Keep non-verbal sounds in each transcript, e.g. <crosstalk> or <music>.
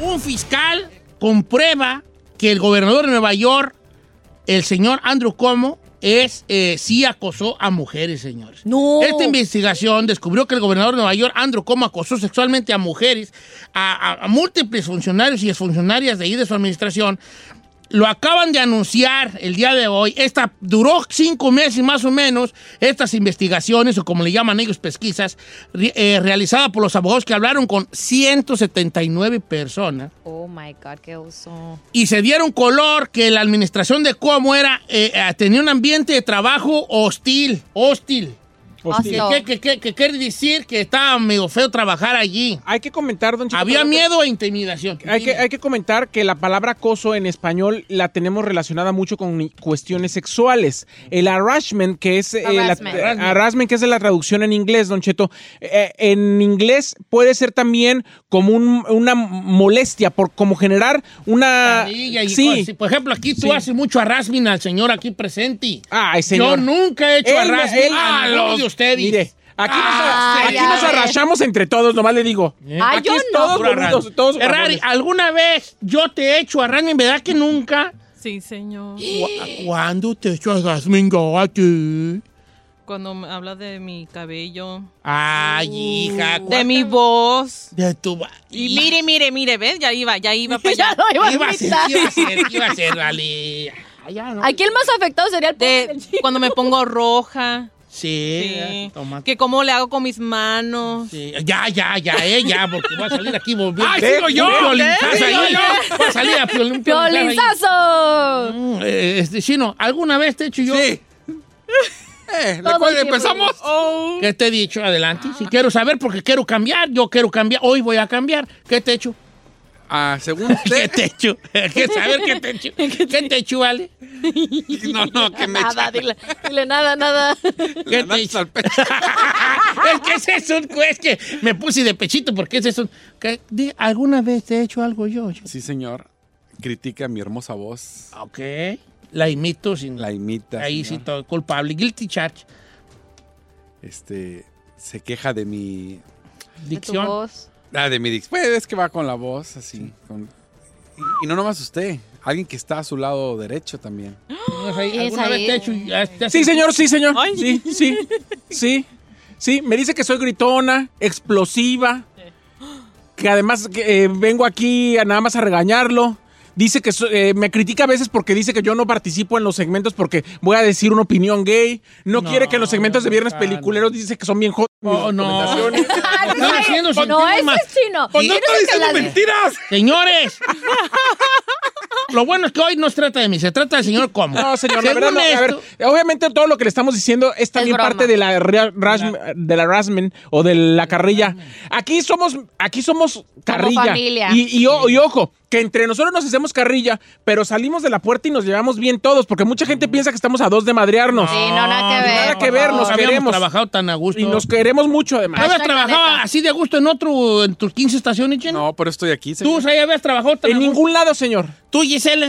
un fiscal comprueba que el gobernador de Nueva York, el señor Andrew Cuomo, es, eh, sí acosó a mujeres, señores. No. Esta investigación descubrió que el gobernador de Nueva York, Andrew Cuomo, acosó sexualmente a mujeres, a, a- a múltiples funcionarios y exfuncionarias de ahí de su administración. Lo acaban de anunciar el día de hoy. Esta duró cinco meses más o menos, estas investigaciones, o como le llaman ellos, pesquisas, re- eh, realizada por los abogados que hablaron con 179 personas Oh my God, qué oso. y se dieron color que la administración de Cuomo era, eh, eh, tenía un ambiente de trabajo hostil, hostil. Hostil. ¿Qué, qué- qué- qué quiere decir que estaba medio feo trabajar allí? Hay que comentar, don Cheto, Había perdón, miedo e intimidación. que- Hay que, hay que comentar que la palabra acoso en español la tenemos relacionada mucho con i- cuestiones sexuales. El harassment, que es eh, la- Harassment. eh, harassment, que es la traducción en inglés, Don Cheto. Eh, en inglés puede ser también como un- una molestia, por como generar una. Pandilla y ah, sí. cosas así. Por ejemplo, aquí tú Sí. haces mucho arrasmin al señor aquí presente. Ay, señor. Yo nunca he hecho Él- arrasmin él- ah, a ninguno de ustedes. Mire, aquí nos, Ah, aquí ya nos ves. arrachamos entre todos, nomás le digo. Ah, aquí yo es no. todos Puro ¿Eh? bonitos, arrasmin. todos Ferrari, ramones. ¿alguna vez yo te he hecho arrasmin? ¿Verdad que nunca? Sí, señor. ¿Cu- ¿Cuándo te he hecho arrasmin yo a ti? Cuando me habla de mi cabello, Ay, hija. Uh, de mi voz. De tu... ba- Y mire, mire, mire, ¿ves? Ya iba, ya iba para allá. Iba a ser, iba a ser, iba a <laughs> ser, dale. Ay, ya no. Aquí el más afectado sería el pobre De del chico. cuando me pongo roja. Sí, Sí. toma. Que cómo le hago con mis manos. Ah. Sí. Ya, ya, ya, eh, ya, porque voy a salir aquí volviendo. ¡Ay, sigo yo! Piolinzazo ¡Sigo ahí. Voy a salir a piolin- piolinzar ahí. ¡Violinzazo! Mm, eh, Este, chino, ¿alguna vez te he hecho yo? Sí. Eh, recuerden, empezamos. Oh. ¿Qué te he dicho? Adelante. Si quiero saber, porque quiero cambiar, yo quiero cambiar, hoy voy a cambiar. ¿Qué te he <laughs> hecho? Ah, <laughs> según ¿Qué usted. te he <laughs> hecho? ¿Qué saber qué te he hecho? ¿Qué te he hecho, Ale? no, no, que <laughs> me Nada, dile, dile nada, nada. <laughs> ¿Qué te he echaste hecho? al pecho. <laughs> es que ese es un es que me puse de pechito porque ese es un que- di, alguna vez te he hecho algo yo. Yo- Sí, señor. Critica mi hermosa voz. Ah, Ok. La imito sin La imita. ahí sí señor. todo culpable guilty charge Este. Se queja de mi. dicción. Ah, de mi dicción. Pues es que va con la voz así. con- Y, y no nomás usted. Alguien que está a su lado derecho también. No sé, Es ¿Alguna vez ahí. te he hecho ya- te has- Sí, señor, sí, señor. Ay. Sí, sí, sí, sí. Me dice que soy gritona, explosiva, que además que, eh, vengo aquí a nada más a regañarlo. Dice que so- eh, me critica a veces porque dice que yo no participo en los segmentos porque voy a decir una opinión gay. No, No, quiere que los segmentos de viernes no, peliculeros dice que son bien hot. Oh, no. <laughs> Están haciendo sentir No, ese mal. es chino. Pues no Chino es el que la- mentiras! Señores. <laughs> Lo bueno es que hoy no se trata de mí, se trata del señor Como. No, señor, la verdad no. A ver, obviamente todo lo que le estamos diciendo es también broma. parte de la rea- ras- del harassment o de la carrilla. Aquí somos, aquí somos carrilla. familia. Y, y o- y ojo, que entre nosotros nos hacemos carrilla, pero salimos de la puerta y nos llevamos bien todos, porque mucha gente piensa que estamos a dos de madrearnos. Mm. Sí, no, nada que ver. nada que por ver, favor. nos habíamos queremos. trabajado tan a gusto. Y nos queremos mucho ¿No además. habías Hashtag trabajado planeta. así de gusto en otro, en tus 15 estaciones, Chen? No, pero estoy aquí, Tú, señor. o sea, ya habías trabajado tan En a gusto. ningún lado, señor. Tú, Gisela,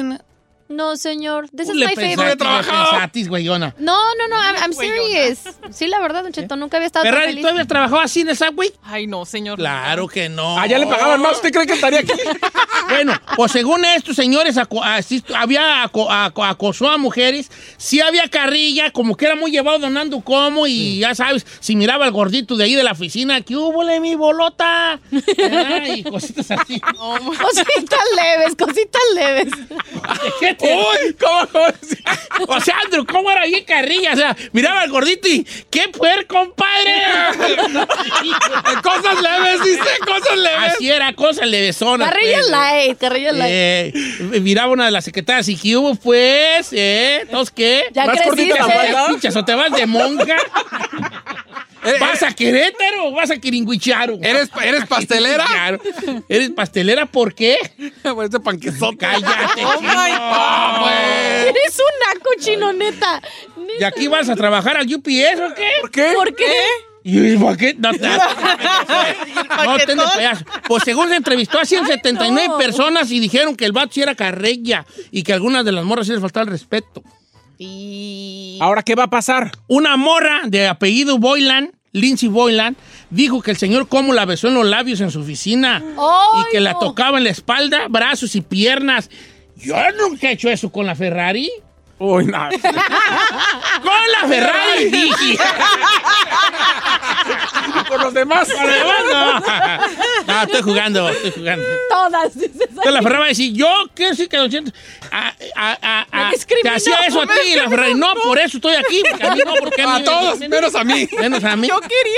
No, señor. This is Le my pensatis, favorite. le pensatis, güeyona. No, no, no. I'm, I'm serious. Sí, la verdad, Don Cheto, nunca había estado tan Ferrari, feliz. ¿tú habías trabajado así en el Subway? Ay, no, señor. Claro que no. Allá Ah, le pagaban más. ¿Usted cree que estaría aquí? <laughs> Bueno, pues según estos señores, aco- así- había aco- aco- acosó a mujeres, sí había carrilla, como que era muy llevado donando como, y ya sabes, si miraba al gordito de ahí de la oficina, que hubo mi <laughs> bolota? ¿Verdad? y cositas así. Cositas leves, cositas leves. ¿Qué te- ¡Uy! ¿Cómo? O sea, Andrew, ¿cómo era bien carrilla? O sea, miraba al gordito y ¡qué puer, <laughs> compadre! cosas leves, dice, cosas leves. Así era, cosa levesona. Carrilla pues. light, carrilla light. Eh, miraba una de las secretarias y ¿qué hubo, pues? ¿Eh? ¿Entonces qué? Ya ¿Más creciste. ¿eh? cortita la falda? Escuchas, o te vas de monja. ¿Vas a Querétaro o vas a <laughs> Quiringuicharo? Eh, ¿Eres, eres pastelera? Claro. ¿Eres pastelera por qué? <laughs> Por este panquezote. Cállate. Oh, my chino. God. <laughs> Eres un naco chino, neta. Neta, ¿Y aquí vas a trabajar al UPS o qué? ¿Por qué? ¿Por qué? ¿Y por qué? No, <laughs> te- no te paquetón. payaso. Pues según se entrevistó a 179 no. personas y dijeron que el vato sí era carrella y que algunas de las morras sí les faltaba el respeto. ¿Ahora qué va a pasar? Una morra de apellido Boylan, Lindsay Boylan, dijo que el señor Como la besó en los labios en su oficina ¡Ay, y que la no! tocaba en la espalda, brazos y piernas. Yo nunca he hecho eso con la Ferrari. Uy, <laughs> nada. <laughs> ¡Con la Ferrari! dije. <laughs> Por los demás. Con la demás, no. No, estoy jugando, estoy jugando. Todas, dices. Entonces la Ferrari va a decir, yo qué sí que lo siento. A- a- a- a- Me te discriminó, hacía eso a me ti y <laughs> la Ferrari, no, por eso estoy aquí. porque A mí no, porque mí A me- todos, menos a mí. Menos a mí. Yo <laughs> queriendo.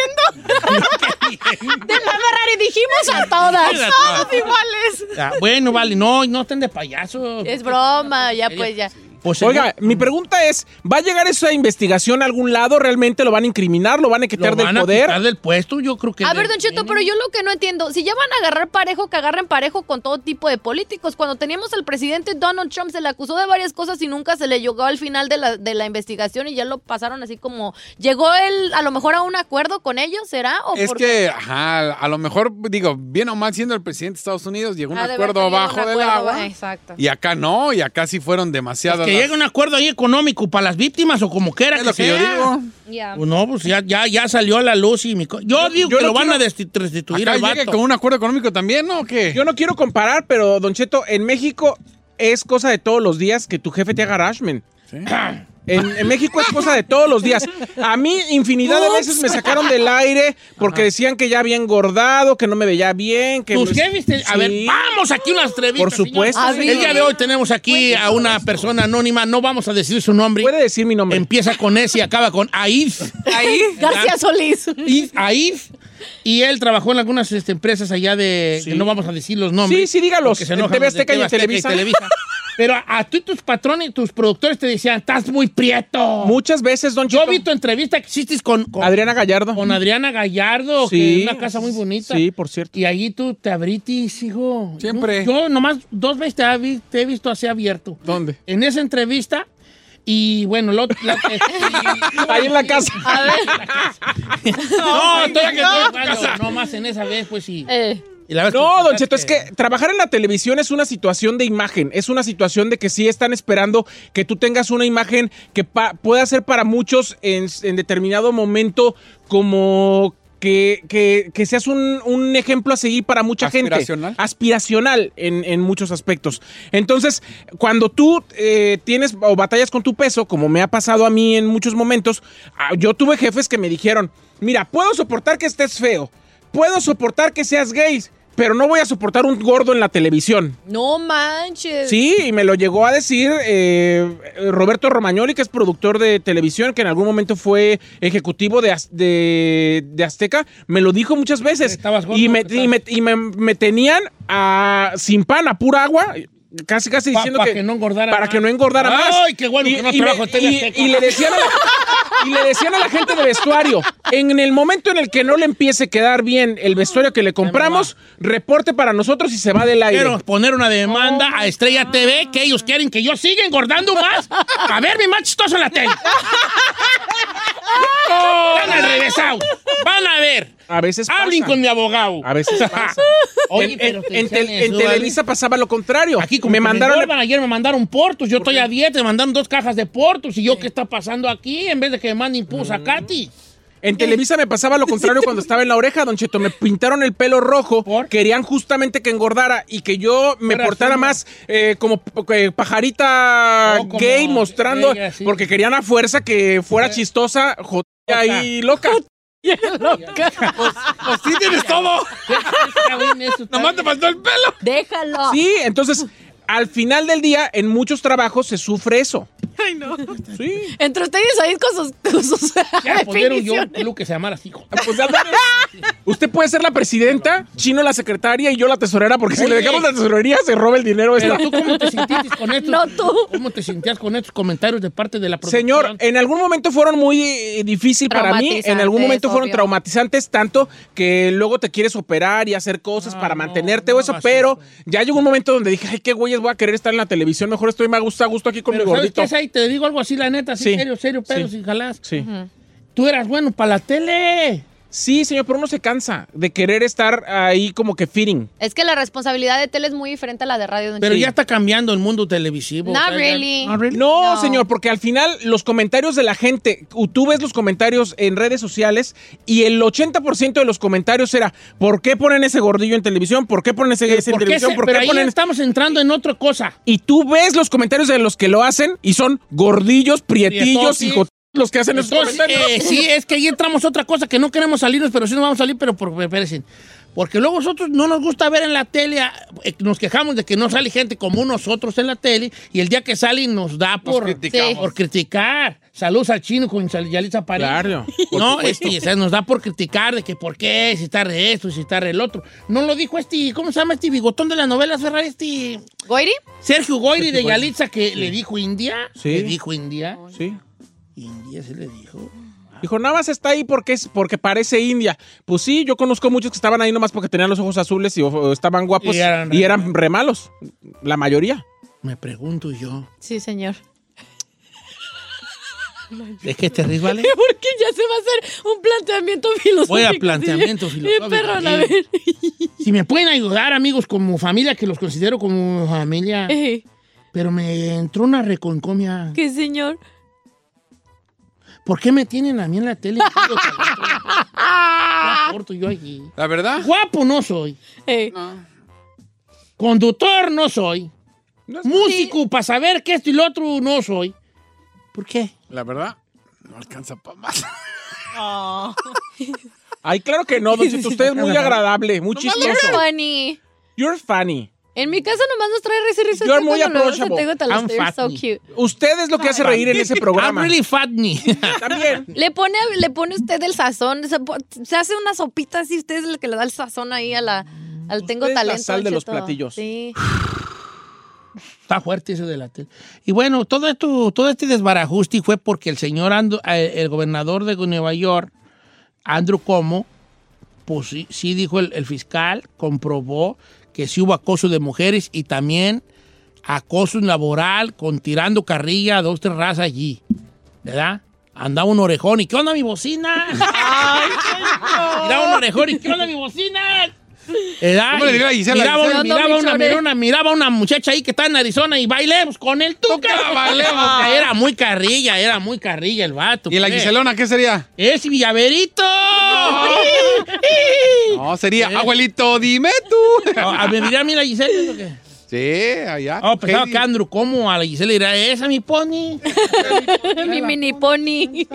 De la Ferrari dijimos a todas. Mira, Todas iguales. Ah, bueno, vale, no, no estén de payaso. Es broma, ya pues ya. Pues, Oiga, según- mi pregunta es, ¿va a llegar esa investigación a algún lado? ¿Realmente lo van a incriminar? ¿Lo van a quitar lo del van a poder? quitar del puesto, yo creo que. A de- ver, Don Cheto, pero yo lo que no entiendo, si ya van a agarrar parejo, que agarren parejo con todo tipo de políticos. Cuando teníamos al presidente Donald Trump, se le acusó de varias cosas y nunca se le llegó al final de la, de la investigación y ya lo pasaron así como... ¿Llegó él a lo mejor a un acuerdo con ellos, será? ¿O Es por que, ajá, a lo mejor, digo, bien o mal siendo el presidente de Estados Unidos, llegó un Ha de haber acuerdo tenido un abajo del acuerdo, agua. ah, Exacto. Y acá no, y acá sí fueron Pues demasiadas. que las- llegue un acuerdo ahí económico para las víctimas o como quiera Es lo que yo sea. digo. Ya. Pues no, pues ya, ya, ya salió a la luz y mi. co- Yo digo yo que no lo van quiero- a desti- restituir Acá al llegue vato. con un acuerdo económico también, ¿no? ¿O qué? Yo no quiero comparar, pero Don Cheto, en México es cosa de todos los días que tu jefe te haga rashman. <clears throat> En, en México es cosa de todos los días. A mí infinidad de veces me sacaron del aire porque decían que ya había engordado, que no me veía bien, que... Tus pues- jefes te- A Sí. ver, vamos aquí unas entrevistas. Por supuesto, señores. señor. El día de hoy tenemos aquí a una persona anónima. No vamos a decir su nombre. Puede decir mi nombre. Empieza con S y acaba con AIF. Ahí. García Solís. AIF, AIF. Y él trabajó en algunas este, empresas allá de. Sí. que no vamos a decir los nombres. Sí, sí, dígalos. porque se En enojan TV los de Azteca y en Televisa. Pero a, a tú y tus patrones, tus productores te decían, estás muy prieto. Muchas veces, Don Yo Cheto, vi tu entrevista que hiciste con, con- Adriana Gallardo. con Adriana Gallardo, que Sí. es una casa muy bonita. Sí, por cierto. Y allí tú te abritis, hijo. Siempre. Yo, yo nomás dos veces te, abri- te he visto así abierto. ¿Dónde? En esa entrevista, y bueno, lo, la- <laughs> Ahí en la casa. A ver. <laughs> no, estoy que estoy jugando. No más en esa vez, pues sí. eh, Y la vez No, Don contaste Cheto, es que trabajar en la televisión es una situación de imagen, es una situación de que sí están esperando que tú tengas una imagen que pa- pueda ser para muchos en, en determinado momento como que, que- que seas un, un ejemplo a seguir para mucha Aspiracional. gente. Aspiracional en, en muchos aspectos. Entonces, cuando tú eh, tienes o batallas con tu peso, como me ha pasado a mí en muchos momentos, ah, yo tuve jefes que me dijeron, mira, puedo soportar que estés feo, puedo soportar que seas gay, pero no voy a soportar un gordo en la televisión. no manches. Sí, y me lo llegó a decir eh, Roberto Romagnoli, que es productor de televisión, que en algún momento fue ejecutivo de, Az- de- de Azteca, me lo dijo muchas veces. Estabas gordo, y me, estabas- y me, y me- me tenían a- sin pan, a pura agua. Casi, casi Pa- diciendo pa' que, que no engordara Para más. que no engordara Ay, más. qué bueno que no trabajo en y, TV Azteca. y le decían a la, y le decían a la gente de vestuario, en el momento en el que no le empiece a quedar bien el vestuario que le compramos, reporte para nosotros y se va del aire. Quiero poner una demanda a Estrella TV que <laughs> ellos quieren que yo siga engordando más a verme más chistoso en la tele. Están al revésao. Van a ver. A veces Hablen pasa. con mi abogado. A veces <laughs> pasa. Oye, en, pero en- te en tel- dicen en eso, Televisa pasaba lo contrario. Aquí como me mandaron Me engordan, ayer me mandaron portos, yo estoy a dieta, me mandaron dos cajas de portos y yo qué está pasando aquí en vez de que me manden pus Mm. a Katy. En Televisa me pasaba lo contrario cuando estaba en la oreja, Don Cheto. Me pintaron el pelo rojo. ¿Por? Querían justamente que engordara y que yo me Fuera portara azul. más eh, como eh, pajarita Oh, como gay mostrando. ella, sí. Porque querían a fuerza que fuera chistosa, jodida <laughs> y loca. Pues sí tienes <laughs> todo. Está bien eso, está Nomás te bien. faltó el pelo. Ah. Déjalo. Sí, entonces al final del día, en muchos trabajos se sufre eso. Ay, no. Sí. Entre ustedes ahí con sus, con sus <laughs> Ya pudieron yo un definiciones. club que se llamara así, hijo. Pues, ándale. <laughs> usted puede ser la presidenta, Chino la secretaria y yo la tesorera, porque si le Oye. dejamos la tesorería se roba el dinero. Pero Esta. tú cómo te sentiste <laughs> con estos, No, tú. ¿Cómo te sentías con estos comentarios de parte de la producción? Señor, en algún momento fueron muy eh, difícil para mí, en algún Traumatizantes, momento fueron obvio. traumatizantes tanto que luego te quieres operar y hacer cosas para Ah, no, mantenerte no o eso, hagas pero eso. ya llegó un momento donde dije, ay, qué güeyes voy a querer estar en la televisión, mejor estoy más gusto a gusto aquí con Pero mi ¿sabes gordito. qué es ahí? Te digo algo así, la neta, así Sí. serio, serio, pero Sí. sin jalás. Sí. Tú eras bueno para la tele. sí, señor, pero uno se cansa de querer estar ahí como que fitting. Es que la responsabilidad de tele es muy diferente a la de radio. Don Pero Chino. ya está cambiando el mundo televisivo. Not O sea, ya- really. Not really. No, No. señor, porque al final los comentarios de la gente, tú ves los comentarios en redes sociales y el 80% de los comentarios era, ¿por qué ponen ese gordillo en televisión? ¿Por qué ponen ese, ese ¿Por en qué se- televisión? ¿Por pero qué ahí ponen ese-?" estamos entrando en otra cosa. Y tú ves los comentarios de los que lo hacen y son gordillos, prietillos, Prietotis. hijos los que hacen esos Entonces, comentarios. eh, sí, es que ahí entramos otra cosa que no queremos salirnos, pero sí nos vamos a salir, pero por, espérense. Porque luego nosotros no nos gusta ver en la tele, eh, nos quejamos de que no sale gente como nosotros en la tele, y el día que sale nos da por, criticamos. por criticar. Saludos al chino con Sal- Yalitza París. Claro, por No, este, o sea, nos da por criticar de que por qué, si está de esto, si está de el otro. No lo dijo este, ¿cómo se llama este bigotón de las novelas Ferrari? Este ¿Goiri? Sergio Goyri de Yalitza que le dijo India. Sí. Le dijo India. Sí. India se le dijo. Dijo, nada más está ahí porque, es, porque parece India. Pues sí, yo conozco muchos que estaban ahí nomás porque tenían los ojos azules y o- o estaban guapos Y y eran eran, re re malos. La mayoría. Me pregunto yo. Sí, señor. ¿De qué te ríes, <laughs> vale? Porque ya se va a hacer un planteamiento filosófico. Voy a planteamiento sí. filosófico. Bien, perro, a Bien. ver. Si me pueden ayudar, amigos, como familia, que los considero como familia. Eh, Pero me entró una reconcomia. ¿Qué, señor? ¿Por qué me tienen a mí en la <laughs> tele? ¿Qué aporto yo aquí? La verdad. Guapo no soy. Eh, Conductor no soy. No es- Músico para saber que esto y lo otro no soy. ¿Por qué? <laughs> La verdad. No alcanza para más. Ah. Ay, claro <laughs> que no, Don Cheto. Usted es muy agradable, muy chistoso. You're funny. You're funny. En mi casa nomás nos trae risa y risa. You're Usted muy cuando lo ves, approachable. te digo, tal vez, I'm they're so fattening. cute. Usted es lo que hace reír en ese <laughs> programa. I'm really fatney. También. Le pone, le pone usted el sazón. Se, po- se hace una sopita así. Usted es el que le da el sazón ahí a la, al tengo Usted es la talento. sal de Don los Cheto. platillos. Sí. Está fuerte eso de la tele. Y bueno, todo esto, todo este desbarajuste fue porque el señor Ando- eh, el gobernador de Nueva York, Andrew Como, pues sí, sí dijo el, el fiscal, comprobó que sí hubo acoso de mujeres y también acoso laboral con tirando carrilla a dos, tres razas allí. ¿Verdad? Andaba un orejón y ¿qué onda mi bocina? Miraba un orejón y ¿qué onda mi bocina? ¿Verdad? ¿Cómo le diría a Gisela? Eh, Miraba, Gisela, miraba no, mi una chore. mirona, miraba una muchacha ahí que está en Arizona y bailemos con el tuca. <laughs> bailemos. Era muy carrilla, era muy carrilla el vato. ¿Y la pues. Giselona qué sería? ¡Es Villaverito! Eh. No, sería abuelito, dime tú. No, a ver, mira a mí la Gisela. ¿o qué? sí, allá. Oh, pensaba Heidi. que Andrew, ¿cómo? A la Gisela dirá, esa mi pony. Mi mini pony.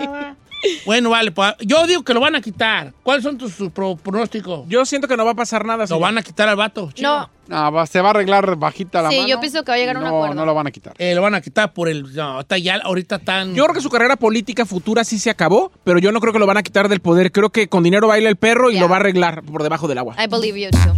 bueno, vale, pues yo digo que lo van a quitar. ¿Cuáles son tus, tus pro- pronósticos? Yo siento que no va a pasar nada. Lo señor. van a quitar al vato. chido. No, No, va- se va a arreglar bajita la Sí, mano. yo pienso que va a llegar a un no, acuerdo. No lo van a quitar. Eh, lo van a quitar por el. No, está ya, ahorita tan. Yo creo que su carrera política futura sí se acabó, pero yo no creo que lo van a quitar del poder. Creo que con dinero baila el perro y Ya. lo va a arreglar por debajo del agua. I believe you too.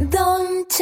Don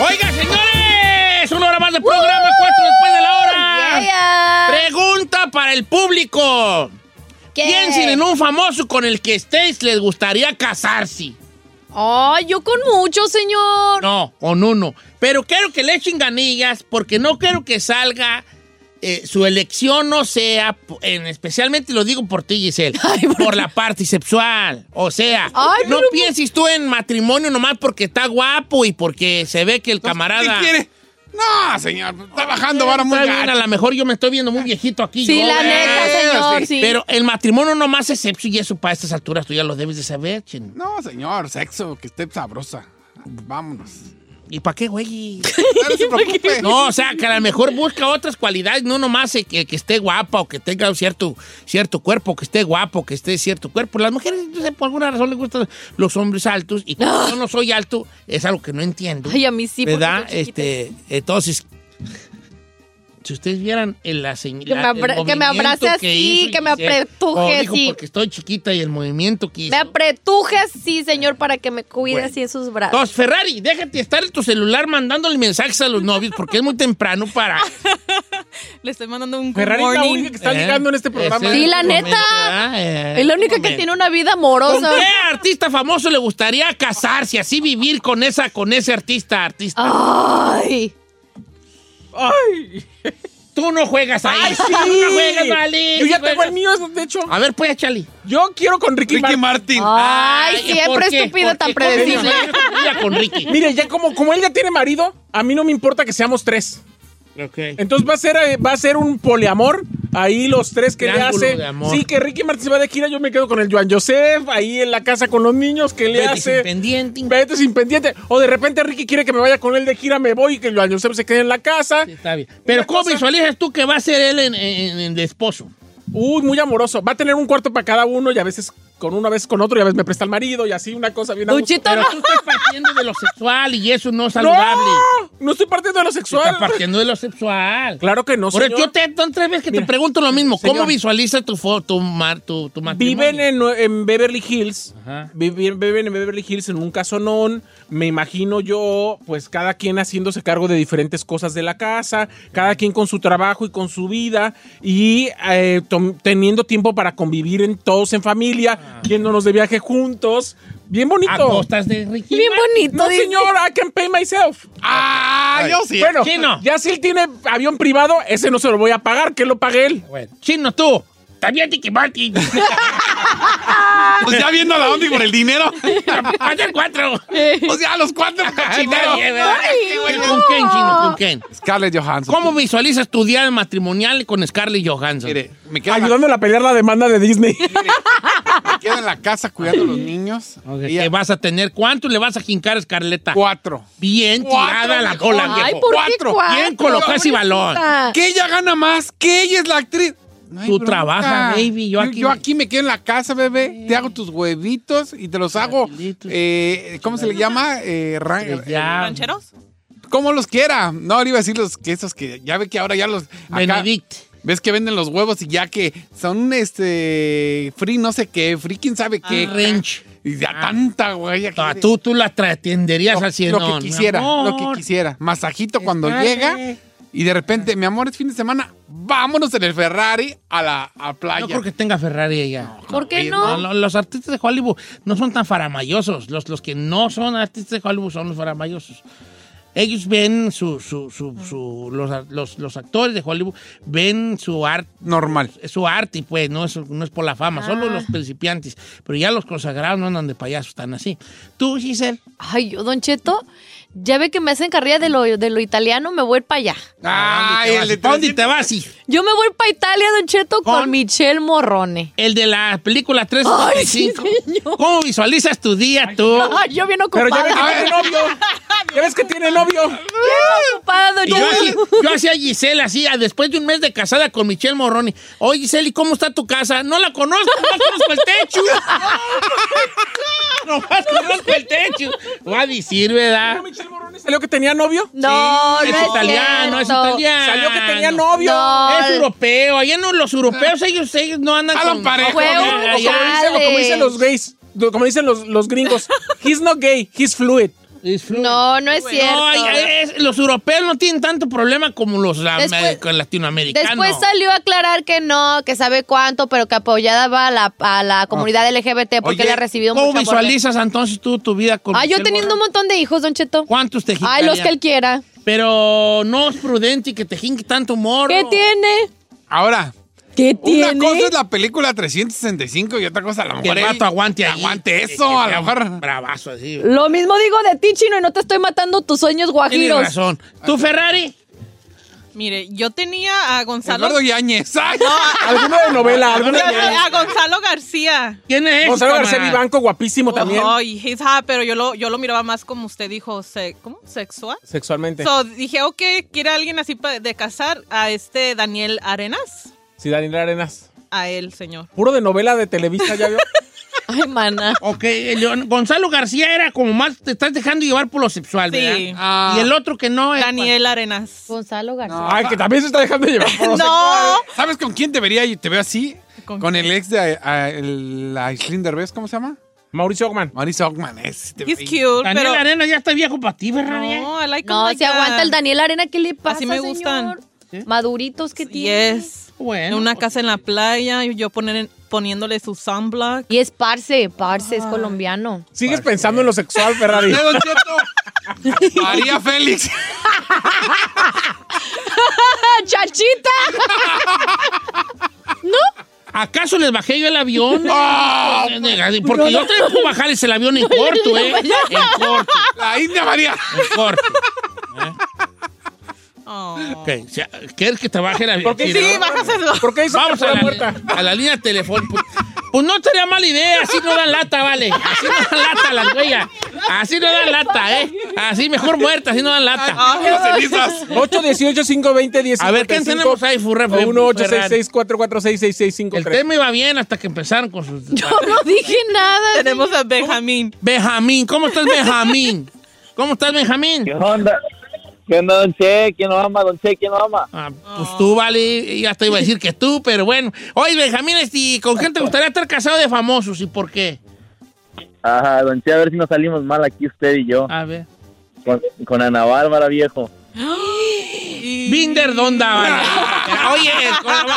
Oiga, señores, una hora más de programa, cuatro después de la hora. Pregunta para el público. ¿Qué? Piensen en un famoso con el que estéis les gustaría casarse. Ay, yo con mucho, señor. No, con uno. Pero quiero que le echen ganillas porque no quiero que salga eh, su elección no sea, en- especialmente lo digo por ti, Giselle, por, la parte sexual. O sea, Ay, no pero- pienses tú en matrimonio nomás porque está guapo y porque se ve que el camarada... ¿Qué quiere? No, señor, está bajando vara muy Está bien, a gacho. lo mejor yo me estoy viendo muy viejito aquí. Sí, yo, la ¿eh? neta, señor, sí. Pero el matrimonio nomás es sexo y eso para estas alturas tú ya lo debes de saber, chin. No, señor, sexo, que esté sabrosa. Vámonos. ¿Y para qué, güey? <laughs> No se preocupe. No, o sea, que a lo mejor busca otras cualidades, no nomás eh, que, que esté guapa o que tenga un cierto, cierto cuerpo, que esté guapo, que esté cierto cuerpo. Las mujeres, no sé, por alguna razón les gustan los hombres altos y como yo no soy alto, es algo que no entiendo. Ah. Ay, a mí sí. porque ¿Verdad? soy chiquita. Este, entonces, si ustedes vieran el, la señ- Que me la- el abra- que me abrace movimiento así, hizo que me Giselle, apretuje como dijo, así. porque estoy chiquita y el movimiento que hizo. Me apretujes, sí, señor, para que me cuide Bueno. así en sus brazos. Entonces, Ferrari, déjate estar en tu celular mandándole mensajes a los novios porque es muy temprano para... Eh, Le estoy mandando un good <laughs> Ferrari es la única morning. que está llegando en este programa. Ese Sí, la momento, neta. ¿verdad? Eh, Es la única que momento. tiene una vida ¿Con amorosa. qué artista famoso le gustaría casarse, así vivir con esa, con ese artista, artista? Ay. Tú no juegas ahí. ¡Ay, sí! <laughs> Tú no juegas, vale. Yo ya Sí tengo juegas. el mío, de hecho. A ver, pues, Chali. Yo quiero con Ricky, Ricky Martin. Martin. Ay, siempre estúpido, estúpida tan predecible. con Ricky. <laughs> Mire, ya como, como él ya tiene marido, a mí no me importa que seamos tres. <laughs> Ok. Entonces va a ser, eh, va a ser un poliamor. Ahí los tres que le Triángulo hace. de amor. Sí, que Ricky Martin se va de gira, yo me quedo con el Joan Joseph, ahí en la casa con los niños, que le Vete hace. sin pendiente. Vete sin pendiente. O de repente Ricky quiere que me vaya con él de gira, me voy y que el Joan Joseph se quede en la casa. Sí, Está bien. Pero, Una ¿cómo cosa- visualizas tú que va a ser él en, en- en de esposo? Uy, muy amoroso. Va a tener un cuarto para cada uno y a veces con uno, a veces con otro, y a veces me presta el marido y así una cosa bien a gusto. Luchito, Pero no. tú estás partiendo de lo sexual y eso no es saludable. No estoy partiendo de lo Estás sexual. partiendo de lo sexual. Claro que no, Por eso señor. yo te, son tres veces que te Mira, pregunto lo mismo. ¿Cómo señor. visualiza tu, fo- tu, mar- tu, tu matrimonio? Viven en, en Beverly Hills. Ajá. Viven, viven en Beverly Hills en un casonón. Me imagino yo, pues cada quien haciéndose cargo de diferentes cosas de la casa, cada quien con su trabajo y con su vida, y eh, tom- teniendo tiempo para convivir en todos en familia, yéndonos de viaje juntos. Bien bonito. Ah. A costas de Ricky. Bien bonito. No, dice. señor, I can pay myself. Ah, yo sí. bueno, sí, no. ya si él tiene avión privado, ese no se lo voy a pagar, que lo pague él. Bueno, chino, tú. También Ricky <laughs> Martin. Pues ya viendo la onda y por <laughs> el dinero. <laughs> Hacer cuatro. O sea, <laughs> los cuatro Está bien, cochineros. ¿verdad? ¿Con quién, chino? ¿Con quién? Scarlett Johansson. ¿Cómo visualizas tu día matrimonial con Scarlett Johansson? Mire, me quedo, en la, Ayudándole a pelear la demanda de Disney. <laughs> me quedo en la casa cuidando a los niños. <laughs> Ok, Ella- ¿Qué vas a tener? ¿Cuánto le vas a jincar a Scarletta? cuatro. Bien tirada la cola, mejor. Ay, viejo. ¿por Cuatro. qué cuatro? Bien colocó ese balón. Pobrecita. Que ella gana más, que ella es la actriz. No hay Tú trabaja, baby, yo aquí- me quedo en la casa, bebé. Te hago tus huevitos y te los hago. Tranquilitos. eh, ¿Cómo se le llama? Eh, ran- Pero ya. ¿Rancheros? Como los quiera. No, le iba a decir los que esos que ya ve que ahora ya los. acá- Benedict. ¿Ves que venden los huevos y ya que son este. Free, no sé qué. Free, quién sabe qué. Ranch. Y ya tanta, güey. aquí Ah, de- Tú, tú la atenderías lo, así. lo que quisiera, lo que quisiera. Masajito cuando Espérate. llega Y de repente, mi amor, es fin de semana, vámonos en el Ferrari a la a playa. No creo que tenga Ferrari ella. ¿Por qué oye, no? No, lo- los artistas de Hollywood no son tan faramayosos. Los, los que no son artistas de Hollywood son los faramayosos. Ellos ven su, su, su, su- los, los- los actores de Hollywood ven su arte. Normal. Su arte, pues, no es, no es por la fama, Ah. solo los principiantes. Pero ya los consagrados no andan de payasos tan así. Tú, Giselle. Ay, yo, Don Cheto, ya ve que me hacen carrera de lo, de lo italiano, me voy a ir para allá. Ah, Ay, ¿A el dónde de te vas? ¿A dónde te vas? sí? Yo me voy para Italia, Don Cheto, con, Con- Michelle <laughs> Morrone. El de la película Ay, sí, 365. señor. ¿Cómo visualizas tu día tú? Ay, yo bien Pero ya ocupada. ves que tiene <laughs> novio. Ya ves que tiene novio. bien ocupada, Don Y yo, así- Cheto. yo hacía a Giselle así, a- después de un mes de casada con Michelle Morroni. Oye, Giselle, ¿y cómo está tu casa? No la conozco, no conozco el techo. No más conozco el techo. Voy a decir, ¿verdad? Michelle Morrones salió que tenía novio? No, no Sí, es es italiano, es cierto. italiano. Salió que tenía novio. No. Es europeo. Allá no, los europeos, ellos, ellos no andan Jalan con... parejo, con- ¿no? Como allá. dicen, como dicen los gays, como dicen los, los gringos, he's not gay, he's fluid. Disfruta. No, no es cierto. No, ay, es- los europeos no tienen tanto problema como los Después- amer- latinoamericanos. Después salió a aclarar que no, que sabe cuánto, pero que apoyada va a la, a la comunidad LGBT porque Oye, le ha recibido ¿Cómo mucho amor. visualizas entonces tú tu vida con Ay, Ah, yo Michelle teniendo Morrone? un montón de hijos, Don Cheto. ¿Cuántos te Ay, los jincarías? que él quiera. Pero no es prudente que te jinque tanto morro. ¿Qué tiene? Ahora, ¿Qué una tiene? cosa es la película 365 y otra cosa a lo Que mejor el él vato aguante ahí. Aguante Que- que eso, a sea lo un mejor. Bravazo, así. Lo mismo digo de ti, Chino, y no te estoy matando tus sueños Tienes guajiros. razón. ¿Tú, Ferrari? Mire, yo tenía a Gonzalo. Eduardo Yáñez. Ay, Alguno de novela, alguno de a Gonzalo García. ¿Quién es? Gonzalo cámara? García Vivanco, Oh, guapísimo también. Ay, he's hot, pero yo lo, yo lo miraba más como usted dijo, se- ¿cómo? ¿Sexual? Sexualmente. So, dije, ok, ¿quiere alguien así pa- de casar a este Daniel Arenas? Sí, Daniel Arenas. A él, señor. Puro de novela de Televisa, ya vio. <laughs> Ay, mana. Ok, León- Gonzalo García era como más, te estás dejando llevar por lo sexual, Sí. ¿verdad? Ah. Y el otro que no es. pues. Daniel Arenas. Gonzalo García. Ay, que también se está dejando llevar. por los- No. ¿Sabes con quién debería? Yo te veo así. ¿Con Con, quién? el ex de eh, a, el, la Aislinn Derbez, ¿cómo se llama? Mauricio Ogman. Mauricio Ogman. Es, te He's ve- cute, Daniel pero... Arena ya está viejo para ti, Ferrari. No, I like him No, like se aguanta that. el Daniel Arena. ¿Qué le pasa, Así me gustan. señor? Maduritos que tiene. Yes. Bueno. una casa en la playa, y yo poner, poniéndole su sunblock. Y es Parce, Parce es colombiano. Sigues pensando en lo sexual, <laughs> Ferrari. Usted, Don <laughs> Cheto. María Félix. ¡Ah, <laughs> chachita! ¿Acaso les bajé yo el <laughs> avión? Ah, Pues, pues, Porque yo tengo que bajarles el avión en corto, ¿eh? En corto, La India María. en corto. Oh. Ok, o sea, ¿Quieres que te baje el avión? ¿Por qué Sí, Sí, ¿no? bájaselo. ¿Por qué hizo Vamos que a fuera la, puerta? a la línea telefónica. Pues, pues no sería mala idea, así no dan lata, vale. Así no dan lata las huellas. Así no dan lata, ¿eh? Así mejor muerta, así no dan lata. Ay, las cenizas. 818 520 10 A ver, ¿qué tenemos ahí, Furre? 1866 446 El 6653 tema iba bien hasta que empezaron con sus... Yo no dije nada. Tenemos a Benjamín. Benjamín, ¿cómo estás, Benjamín? ¿Cómo estás, Benjamín? ¿Qué onda? ¿Qué onda, don Che? ¿Quién lo ama, don Che? ¿Quién lo ama? Ah, pues tú, vale, ya te iba a decir que tú, pero bueno. Oye, Benjamín, este, ¿con Ah, pues. quién te gustaría estar casado de famosos y por qué? Ajá, don Che, a ver si nos salimos mal aquí usted y yo. A ver. Con, con Ana Bárbara, viejo. Binder Donda. vale. <laughs> Oye,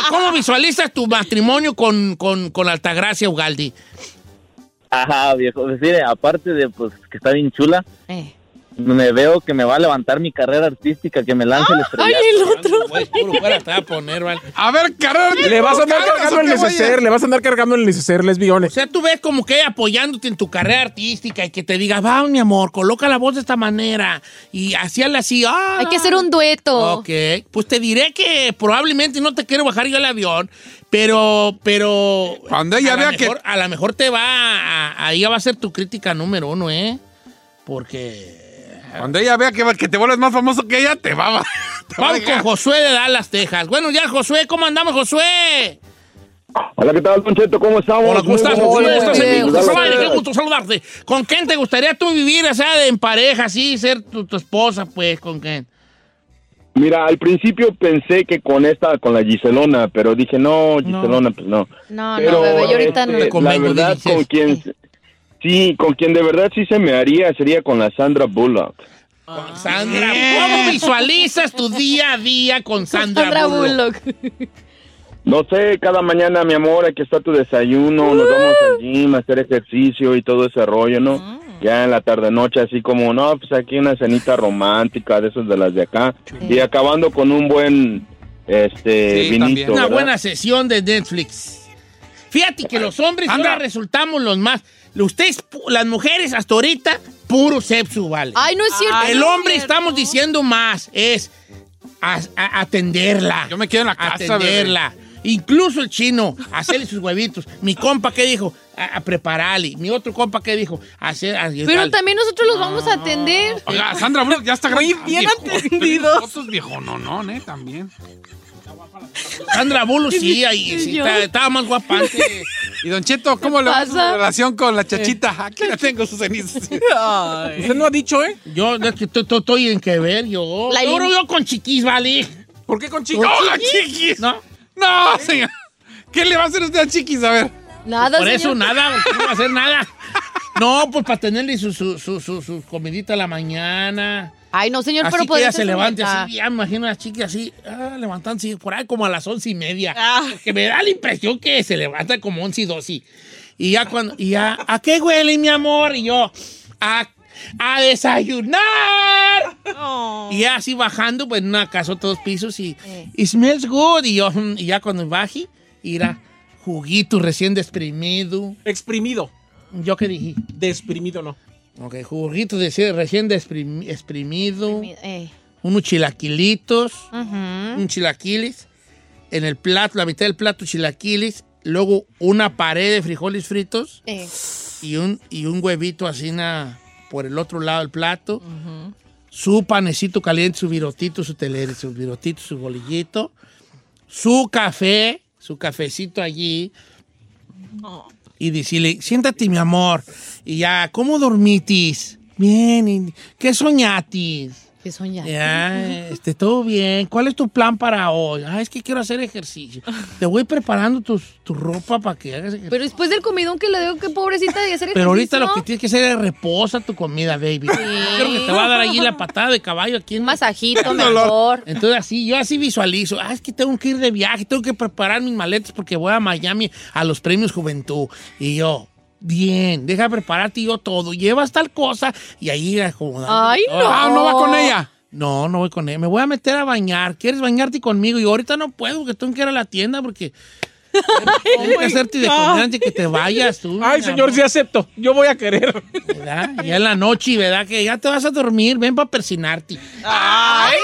¿cómo visualizas tu matrimonio con, con, con Altagracia Ugaldi? Ajá, viejo. Pues, mire, aparte de pues que está bien chula, Eh. me veo que me va a levantar mi carrera artística, que me lance el Ay, estrellato. el otro. Güey, Pues, puro fuera te va a poner, vale. A ver, carnal. Le vas a andar Carnal, cargando el ¿qué, güey? neceser, le vas a andar cargando el neceser, O lesbiones. sea, tú ves como que apoyándote en tu carrera artística y que te diga, va, mi amor, coloca la voz de esta manera y hacíala así. ah. Hay que hacer un dueto. Ok, pues te diré que probablemente no te quiero bajar yo el avión, pero, pero... Cuando ella a la vea mejor- A lo mejor te va, a, a- ella va a ser tu crítica número uno, ¿eh? Porque... Cuando ella vea que, que te vuelves más famoso que ella, te va a... <laughs> te va a Vamos con dejar. Josué de Dallas, Texas. Bueno, ya, Josué, ¿cómo andamos, Josué? Hola, ¿qué tal, don Cheto? ¿Cómo estamos? Hola, ¿cómo estás, Muy Josué? bien, Estás bien, en Vivo. gracias. Vale, pues, qué gusto saludarte. ¿Con quién te gustaría tú vivir, o sea, de- en pareja, así, ser tu, tu esposa, pues, con quién? Mira, al principio pensé que con esta, con la Giselona, pero dije, no, Giselona, pues no. No, Pero, no, bebé, yo ahorita no. este, La Convengo, verdad, dices. con quien... Sí, con quien de verdad sí se me haría sería con la Sandra Bullock. Sandra, ¿cómo visualizas tu día a día con Sandra, Sandra Bullock? Bullock. No sé, cada mañana, mi amor, aquí está tu desayuno, nos vamos al gym a hacer ejercicio y todo ese rollo, ¿no? Ya en la tarde-noche, así como, no, pues aquí una cenita romántica, de esas de las de acá. Y acabando con un buen, este, Eh, vinito, Una ¿verdad? buena sesión de Netflix. Fíjate que los hombres ahora resultamos los más. Ustedes, pu- las mujeres, hasta ahorita, puro sexo, vale. Ay, no es cierto. El no es hombre cierto. estamos diciendo más, es a- a- atenderla. Yo me quedo en la casa, Atenderla. Incluso el chino, hacerle sus huevitos. Mi compa, ¿qué dijo? A, a prepararle. Mi otro compa, ¿qué dijo? Hacer. a- Pero también nosotros los vamos a atender. Oiga, Sandra Bullock ya está Muy gran- bien viejo. atendidos. Fotos viejo, no, no, eh, también. Sandra Bullock, sí, ahí sí, Yo. está- estaba más guapante. Y Don Cheto, ¿cómo le va su pasa? relación con la chachita? Aquí la tengo sus cenizas. Usted no ha dicho, ¿eh? Yo es que to- to- estoy en que ver, yo. La yo lim- yo con chiquis, ¿vale? ¿Por qué con ¡No, ¡Oh, la chiquis! ¿No? ¡No, señor! ¿Qué le va a hacer usted a chiquis? A ver. Nada, Por eso señor. nada, porque no va a hacer nada. No, pues para tenerle su, su, su, su- su comidita a la mañana. Ay, no, señor, así pero que podría ella ser se levante neta. así. Ya me imagino a las chicas así, ah, levantándose por ahí como a las once y media. Ah. Que me da la impresión que se levanta como once y doce. Y ya cuando, y ya, ¿a qué huele, mi amor? Y yo, a, a desayunar. Y ya así bajando, pues en una casota dos pisos y "It smells good. Y yo, "Mm", y ya cuando baje, irá juguito recién desprimido. Exprimido. ¿Yo qué dije? Desprimido, no. Ok, juguito de- recién desprimi- exprimido. Eh. Unos chilaquilitos, Ujú. un chilaquiles. En el plato, la mitad del plato chilaquiles. Luego una pared de frijoles fritos Eh. y un, y un huevito así na, por el otro lado del plato. Su panecito caliente, su virotito, su telere, su virotito, su bolillito. Su café, su cafecito allí. Y decirle, siéntate, mi amor. Y ya, ¿cómo dormitis? Bien, ¿y ¿qué soñatis? ¿Qué soñatis? Ya, este, todo bien. ¿Cuál es tu plan para hoy? Ah, es que quiero hacer ejercicio. Te voy preparando tus- tu ropa para que hagas ejercicio. Pero después del comidón que le digo, Pues, qué pobrecita de hacer Pero ahorita ejercicio. lo que tienes que hacer es reposa tu comida, baby. Creo que te va a dar allí la patada de caballo aquí. Un masajito <laughs> mejor. Entonces así, yo así visualizo. Ah, es que tengo que ir de viaje, tengo que preparar mis maletas porque voy a Miami a los premios Juventud. Y yo, bien, deja prepararte yo todo. Llevas tal cosa y ahí acomodando. Ay, no. Ah, no va con ella. No, no voy con ella. Me voy a meter a bañar. ¿Quieres bañarte conmigo? Y ahorita no puedo porque tengo que ir a la tienda <laughs> porque... Tienes que hacerte de comer antes que te vayas tú. Ay, señor, sí acepto. Yo voy a querer. ¿verdad? Ya en la noche, ¿verdad? Que ya te vas a dormir, ven para persinarte. ¡Ay,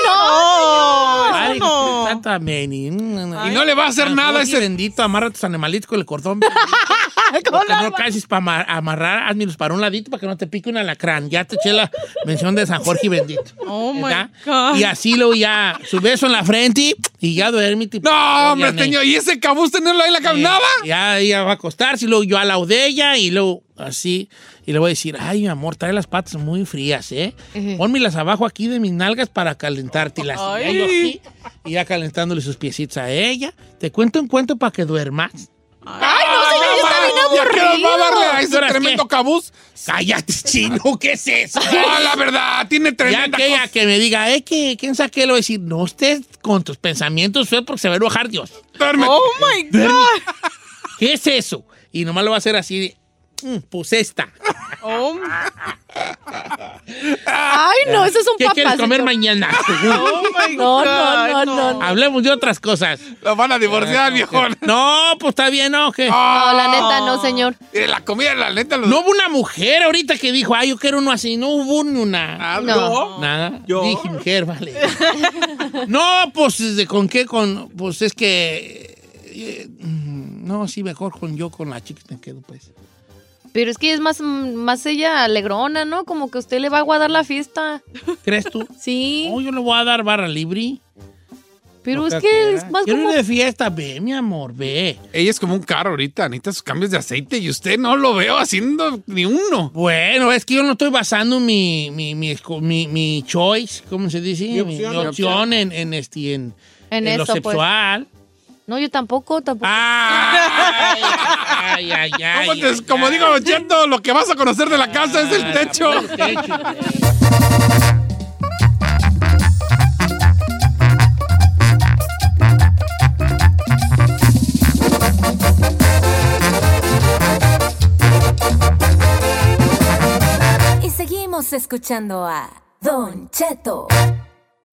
Ay, no! qué tanta meni. Mm, Y no le va a hacer Ah, nada Jorge ese- bendito, amarra tus animalitos con el cordón. Porque no casi para amar- amarrar, hazmelos para un ladito para que no te pique un alacrán. Ya te eché la mención de San Jorge bendito. Oh, my ¿verdad? God. Y así lo ya, su beso en la frente y ya duerme. No, hombre, señor, ¿y ese cabuz tenerlo ahí en la caminaba? Ya ella va a acostarse y luego yo a la ella y luego así. Y le voy a decir, ay, mi amor, trae las patas muy frías, ¿eh? Pónmelas abajo aquí de mis nalgas para calentártelas. Y ya yo así, y ya calentándole sus piecitos a ella. Te cuento un cuento para que duermas. Ay, no, ¡Ah, señor, ya está bien aburrido. va a darle a ese ¿Ahora qué? tremendo cabuz? Cállate, chino, ¿qué es <laughs> eso? No, ¡Ah, la verdad, tiene Ya tremenda que ella cosa. que me diga, eh, que quién saqué, le voy a decir, no, usted con tus pensamientos fue porque se va a enojar Dios. Duerme. ¡Oh, my God! ¿Qué es eso? Y nomás lo va a hacer así, "Mm, pues esta. Oh, <laughs> Ay, no, eso es un ¿Qué papá. quieres comer señor. <laughs> mañana? oh my No, no, God, no, no. no. Hablemos de otras cosas. Lo van a divorciar, viejón. No, pues está bien, ¿no? ¿Qué? No, la neta, no, señor. Eh, La comida, la neta, los... No hubo una mujer ahorita que dijo, ay, yo quiero uno así. No hubo ni una. Ah, No. Nada. Yo. Dije, mujer, vale. no, pues, ¿de ¿con qué? Con, pues es que... eh, mm, no, sí, mejor con yo, con la chica me quedo, pues. Pero es que es más, mm, más ella alegrona, ¿no? Como que usted le va a guardar la fiesta. ¿Crees tú? Sí. No, yo le voy a dar barra libre. pero O es sea, que es más Quiero como. ir de fiesta, ve, mi amor, ve. Ella es como un carro ahorita, necesita sus cambios de aceite y usted no lo veo haciendo ni uno. Bueno, es que yo no estoy basando mi, mi, mi, esco- mi- mi choice, ¿cómo se dice? Mi mi opción, opción. en, en, este, en, En en lo eso, pues. sexual. Ah. No, yo tampoco, tampoco. Ay, ay, <laughs> ay, ay, Como, te- ay, como ay. Ah, digo, Don Cheto, lo que vas a conocer de la casa es el techo. Techo. escuchando a Don Cheto.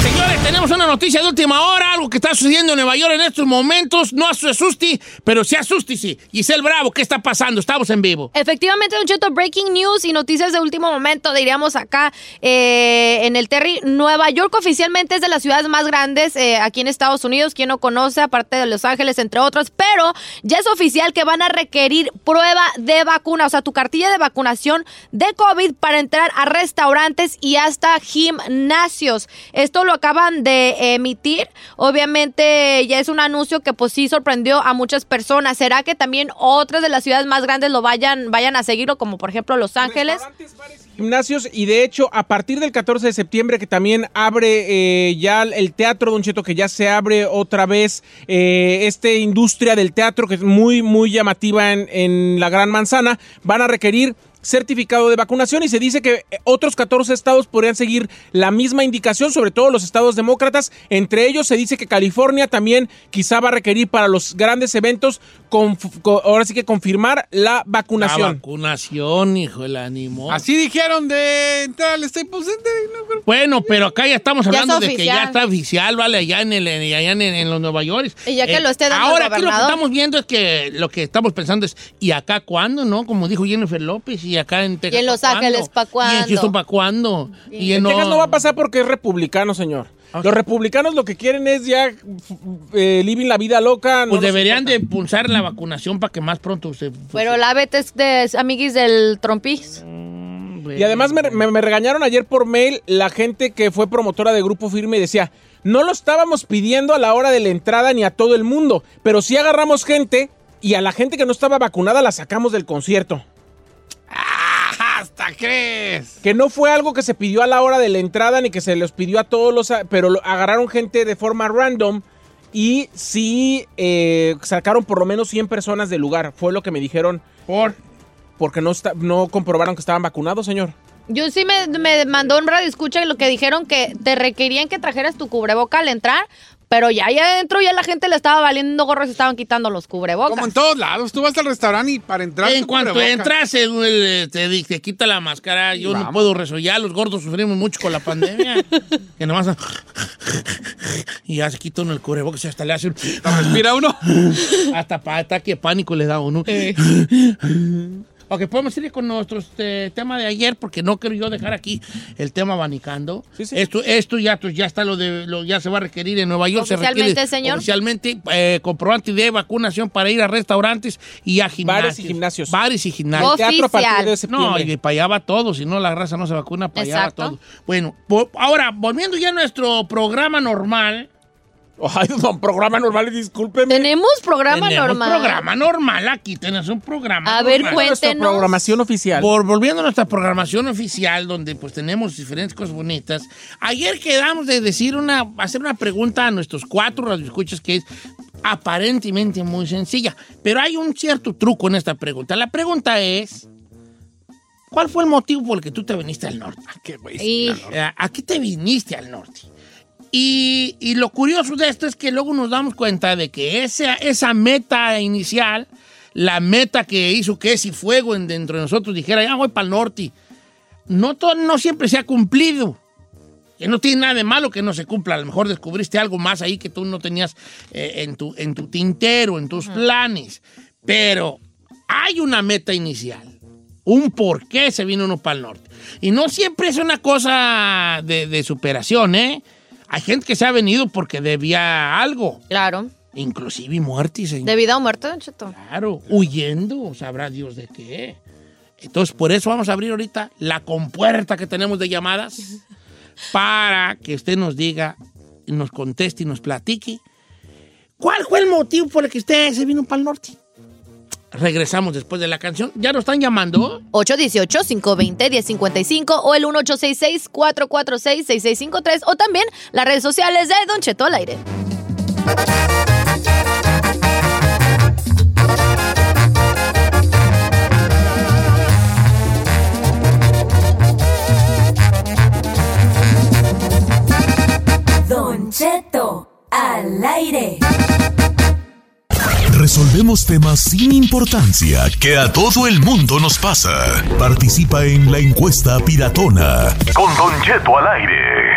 Señores, tenemos una noticia de última hora, algo que está sucediendo en Nueva York en estos momentos. No se asuste, pero sí asuste, sí. Giselle Bravo, ¿qué está pasando? Estamos en vivo. Efectivamente, Don Cheto, breaking news y noticias de último momento, diríamos acá eh, en el Terry. Nueva York oficialmente es de las ciudades más grandes eh, aquí en Estados Unidos, quien no conoce, aparte de Los Ángeles, entre otros, pero ya es oficial que van a requerir prueba de vacuna, o sea, tu cartilla de vacunación de COVID para entrar a restaurantes y hasta gimnasios. Esto lo acaban de emitir. Obviamente ya es un anuncio que pues sí sorprendió a muchas personas. ¿Será que también otras de las ciudades más grandes lo vayan, vayan a seguirlo, como por ejemplo Los Ángeles? Gimnasios y de hecho a partir del 14 de septiembre que también abre eh, ya el teatro, Don Cheto, que ya se abre otra vez eh, esta industria del teatro que es muy, muy llamativa en, en la Gran Manzana, van a requerir certificado de vacunación y se dice que eh, otros 14 estados podrían seguir la misma indicación, sobre todo los estados demócratas. Entre ellos se dice que California también quizá va a requerir para los grandes eventos, conf- co- ahora sí que confirmar la La vacunación. vacunación, hijo, el ánimo. Así dijeron de entrar pues, Bueno, pero acá ya estamos Ya es hablando de que oficial. ya está oficial, vale, allá en, el, en- allá en, en los Nueva York. Y ya que lo esté dando el Ahora, aquí lo que gobernador. estamos viendo es que lo que estamos pensando es, ¿y acá cuándo, no? Como dijo Jennifer López, ¿y acá en Texas? Y en Los ¿pa' cuándo? Ángeles, ¿pa' ¿Y en cuándo? Houston, pa' cuándo? Y en Texas no va a pasar porque es republicano, señor. Los republicanos lo que quieren es ya f- eh, living la vida loca. Pues deberían de impulsar la vacunación para que más pronto se... Pero la es de amiguis del trompis. Y además me, me- me regañaron ayer por mail la gente que fue promotora de Grupo Firme y decía, no lo estábamos pidiendo a la hora de la entrada ni a todo el mundo, pero sí agarramos gente y a la gente que no estaba vacunada la sacamos del concierto. ¡Ah! ¿Hasta crees? Que no fue algo que se pidió a la hora de la entrada ni que se les pidió a todos los... a- Pero lo- agarraron gente de forma random y sí eh, sacaron por lo menos 100 personas del lugar. Fue lo que me dijeron. ¿Por? Porque no, esta- no comprobaron que estaban vacunados, señor. Yo sí me, me mandó un radio escucha lo que dijeron que te requerían que trajeras tu cubreboca al entrar, pero ya ahí adentro ya la gente le estaba valiendo gorros, estaban quitando los cubrebocas. Como en todos lados, tú vas al restaurante y para entrar. En tu cuanto cubrebocas. entras, eh, eh, te, di- te quita la máscara. Yo no Vamos. puedo resollar. Los gordos sufrimos mucho con <laughs> la pandemia. que nomás. y ya se quita uno el cubrebocas y hasta le hace un. respira uno. hasta pa- ataque de pánico le da a uno. Eh. ok, podemos ir con nuestro este, tema de ayer porque no quiero yo dejar aquí el tema abanicando. Esto, esto ya, pues, ya está lo de. Lo, ya se va a requerir en Nueva York. se requiere Oficialmente, señor. Oficialmente, eh, comprobante de vacunación para ir a restaurantes y a gimnasios. Bares y gimnasios. Bares y gimnasios. Oficial. Teatro a partir de No, septiembre. y para allá va todo, si no la raza no se vacuna, para allá va Exacto. todo. Bueno, po- ahora, volviendo ya a nuestro programa normal. Ay, don, programa normal, discúlpeme. Tenemos programa Tenemos normal. programa normal, aquí tenés un programa A ver, normal. Nuestra programación oficial. Por- volviendo a nuestra programación oficial, donde pues tenemos diferentes cosas bonitas. Ayer quedamos de decir una, hacer una pregunta a nuestros cuatro radioescuchas que es aparentemente muy sencilla, pero hay un cierto truco en esta pregunta. La pregunta es, ¿cuál fue el motivo por el que tú te viniste al norte? Ah, Y- Eh, Aquí te viniste al norte. Y, y lo curioso de esto es que luego nos damos cuenta de que esa, esa meta inicial, la meta que hizo que ese fuego en- dentro de nosotros dijera, ya voy para el norte, no, to- no siempre se ha cumplido. Que no tiene nada de malo que no se cumpla. A lo mejor descubriste algo más ahí que tú no tenías eh, en, tu, en tu tintero, en tus planes. Pero hay una meta inicial, un por qué se vino uno para el norte. Y no siempre es una cosa de, de superación, ¿eh? Hay gente que se ha venido porque debía algo. Claro. Inclusive muertes. señor. ¿De vida o muerte, Don Cheto? Claro, huyendo, sabrá Dios de qué. Entonces, por eso vamos a abrir ahorita la compuerta que tenemos de llamadas para que usted nos diga, nos conteste y nos platique cuál fue el motivo por el que usted se vino para el norte. Regresamos después de la canción. Ya nos están llamando. 818-520-1055 o el 1866-446-6653 o también las redes sociales de Don Cheto al aire. Don Cheto al aire. Resolvemos temas sin importancia que a todo el mundo nos pasa. Participa en la encuesta piratona. Con Don Cheto al aire.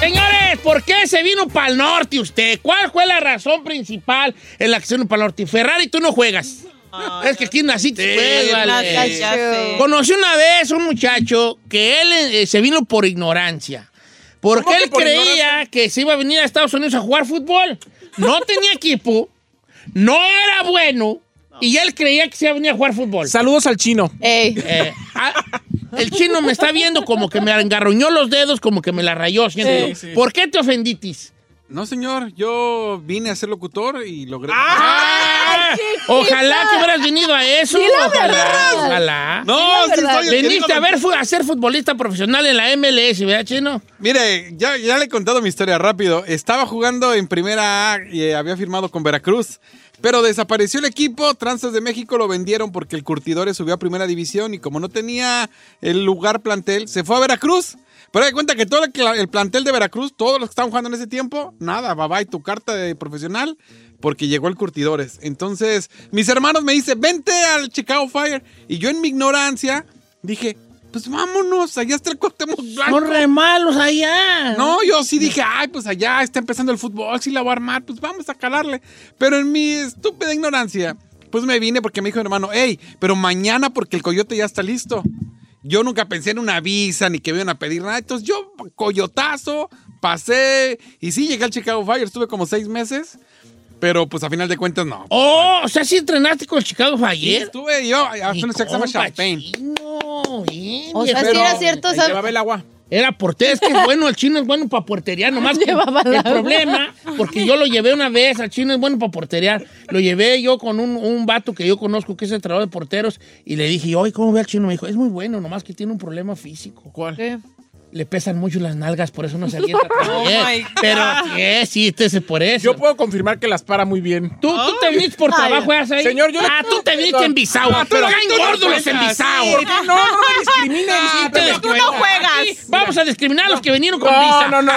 Señores, ¿por qué se vino para el norte usted? ¿Cuál fue la razón principal en la que se vino para el norte? Ferrari, tú no juegas. es que aquí naciste. pues, vale. Eh, nací, ya sé. Conocí una vez un muchacho que él eh, se vino por ignorancia. Porque ¿Cómo que él por creía que se iba a venir a Estados Unidos a jugar fútbol. No tenía equipo, no era bueno y él creía que se iba a venir a jugar fútbol. Saludos al chino. Eh, ah, el chino me está viendo como que me engarruñó los dedos, como que me la rayó. siento yo. Sí, sí. ¿Por qué te ofenditis? No, señor, yo vine a ser locutor y logré. Ah, Ah, Ojalá que hubieras venido a eso. Sí, la ojalá, verdad. ojalá. No, Sí, la sí verdad. estoy- Veniste queriendo- a, ver, fu- a ser futbolista profesional en la MLS, ¿verdad, Chino? Mire, ya, ya le he contado mi historia rápido. Estaba jugando en Primera A y eh, había firmado con Veracruz. Pero desapareció el equipo, Tranzas de México lo vendieron porque el Curtidores subió a Primera División y como no tenía el lugar plantel, se fue a Veracruz. Pero de cuenta que todo el, cla- el plantel de Veracruz, todos los que estaban jugando en ese tiempo, nada, bye bye, tu carta de profesional, porque llegó el Curtidores. Entonces, mis hermanos me dicen, vente al Chicago Fire. Y yo en mi ignorancia dije, pues vámonos, allá está el Cuauhtémoc Blanco. Son re malos allá. No, yo sí dije, ay, pues allá está empezando el fútbol, sí la voy a armar, pues vamos a calarle. Pero en mi estúpida ignorancia, pues me vine porque me dijo mi hermano, hey, pero mañana porque el coyote ya está listo. Yo nunca pensé en una visa ni que me iban a pedir nada. Entonces yo, coyotazo, pasé. Y sí, llegué al Chicago Fire, estuve como seis meses. Pero pues a final de cuentas, no. Oh, o sea, sí entrenaste con el Chicago Sí, Fire. estuve yo, Mi hasta se llama compa, Champagne. No, bien. O sea, bien. sí era cierto, Ahí ¿sabes? <laughs> llevaba el agua. Era portero, es que es bueno, el chino es bueno para <laughs> portería, nomás que Llevaba el el agua. problema, porque yo lo llevé una vez, al chino es bueno para porterear, lo llevé yo con un, un vato que yo conozco que es el trabajo de porteros, y le dije, oye, ¿cómo ve al chino? Me dijo, es muy bueno, nomás que tiene un problema físico. ¿Cuál? Le pesan mucho las nalgas, por eso no se avienta tan <laughs> Oh, bien. my God. Pero, ¿qué? Sí, este es por eso. Yo puedo confirmar que las para muy bien. Tú, tú te viniste por Ay. trabajo, ¿eh? Señor, yo le- Ah, tú te viniste Perdón. en Bisau. Ah, pero pero caen tú no gordos los juegas. en Bisau. Sí, ¿por qué no? No me discrimines. Ah, Pero te tú das no cuenta. juegas. Aquí Vamos a discriminar a los que vinieron con No, visa. no, no, no, no, no,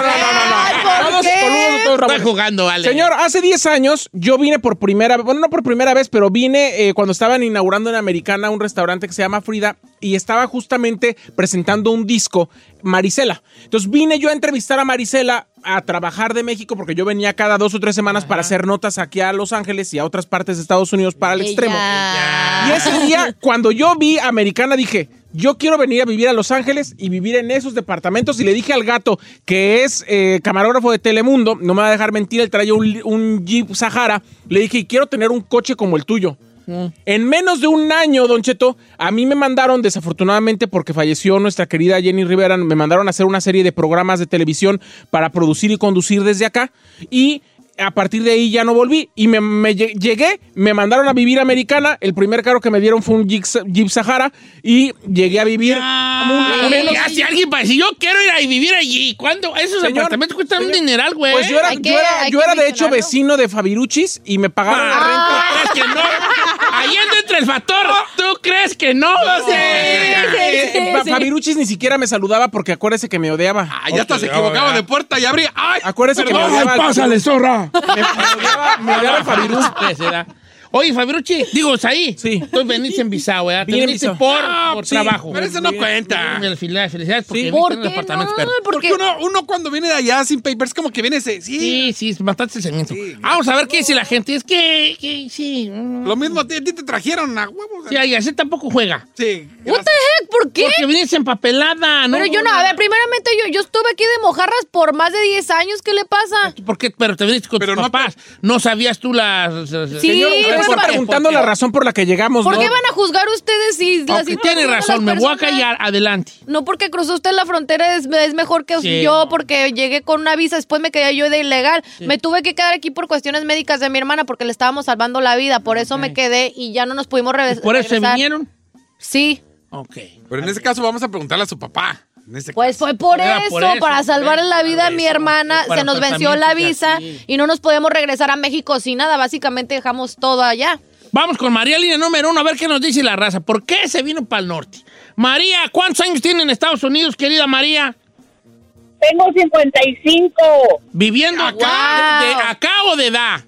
no. Todos coludos, todos rabones. jugando, vale. Señor, hace 10 años yo vine por primera vez, bueno, no por primera vez, pero vine eh, cuando estaban inaugurando en Americana un restaurante que se llama Frida y estaba justamente presentando un disco, Marisela. Entonces vine yo a entrevistar a Marisela a trabajar de México porque yo venía cada dos o tres semanas para hacer notas aquí a Los Ángeles y a otras partes de Estados Unidos para el extremo. Y ese día, cuando yo vi a Americana, dije, yo quiero venir a vivir a Los Ángeles y vivir en esos departamentos. Y le dije al gato, que es eh, camarógrafo de Telemundo, no me va a dejar mentir, él traía un, un Jeep Sahara. Le dije, quiero tener un coche como el tuyo. Mm. En menos de un año, Don Cheto, a mí me mandaron, desafortunadamente, porque falleció nuestra querida Jenny Rivera, me mandaron a hacer una serie de programas de televisión para producir y conducir desde acá. Y a partir de ahí ya no volví. Y me, me lle- llegué, me mandaron a vivir a americana. El primer carro que me dieron fue un Jeep, Sa- Jeep Sahara. Y llegué a vivir. Ah, ya, si alguien para si yo quiero ir a vivir allí, ¿cuándo? Esos Señor, apartamentos cuestan un dineral, güey. Pues yo era, yo era- yo era, de hecho vecino de Fabiruchis y me pagaron Ah. la renta. ¿Crees que no? Ahí anda entre el factor. ¿Tú crees que no? Sí, sí, sí. Fabiruchis ni siquiera me saludaba porque acuérdese que me odiaba. Ah, ya hasta se equivocaba de puerta y abría. ¡Ay! Acuérdese que me Perdón. odiaba. Ay, <laughs> pásale, zorra! Me, me odiaba, me odiaba el Fabiruchis. Pues, era. Oye, Fabrucci, digo, ahí. Sí. Estoy veniste en visado, ¿verdad? Te Vine en viniste visado. por, Ah, por sí, trabajo. pero eso no cuenta. Felicidades, felicidades porque Sí. viviste ¿Por en un qué apartamento no? perro. Porque uno, uno cuando viene de allá sin papers, como que viene ese. Sí, sí, es bastante cemento. Vamos a ver qué dice la gente. Es que, que sí. mm. Lo mismo, a ti, a ti te trajeron a huevos. Sí, ahí así tampoco juega. Sí. What the heck? ¿Por qué? Porque viniste empapelada, Ah, ¿no? Pero yo no, a ver, primeramente yo, yo estuve aquí de mojarras por más de 10 años, ¿qué le pasa? ¿Por qué? Pero te viniste con tus papás. No sabías tú las... Sí, Señor, usted está preguntando la razón por la que llegamos, Pues ¿Por ¿no? qué van a juzgar ustedes si la Aunque situación tiene de las razón, me voy a personas- callar. Adelante. No porque cruzó usted la frontera es, es mejor que Sí, yo porque llegué con una visa, después me quedé yo de ilegal. Me tuve que quedar aquí por cuestiones médicas de mi hermana porque le estábamos salvando la vida, por eso me quedé y ya no nos pudimos re- regresar. por eso se vinieron? Sí. Ok. Pero en ese caso vamos a preguntarle a su papá. En ese Pues fue por Era eso, por eso, para salvar por la vida a mi hermana, para se nos venció la tratamientos visa y no nos podemos regresar a México sin nada, básicamente dejamos todo allá. Vamos con María, línea número uno, a ver qué nos dice la raza. ¿Por qué se vino para el norte? María, ¿cuántos años tiene en Estados Unidos, querida María? Tengo 55. ¿Viviendo Ah, acá, de, acá o de edad?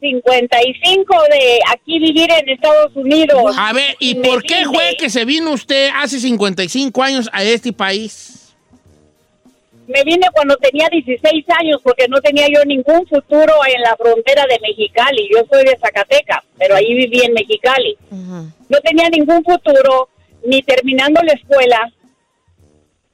55 de aquí vivir en Estados Unidos. A ver, ¿y por qué fue que se vino usted hace 55 años a este país? Me vine cuando tenía 16 años porque no tenía yo ningún futuro en la frontera de Mexicali. Yo soy de Zacatecas, pero ahí viví en Mexicali. No tenía ningún futuro, ni terminando la escuela.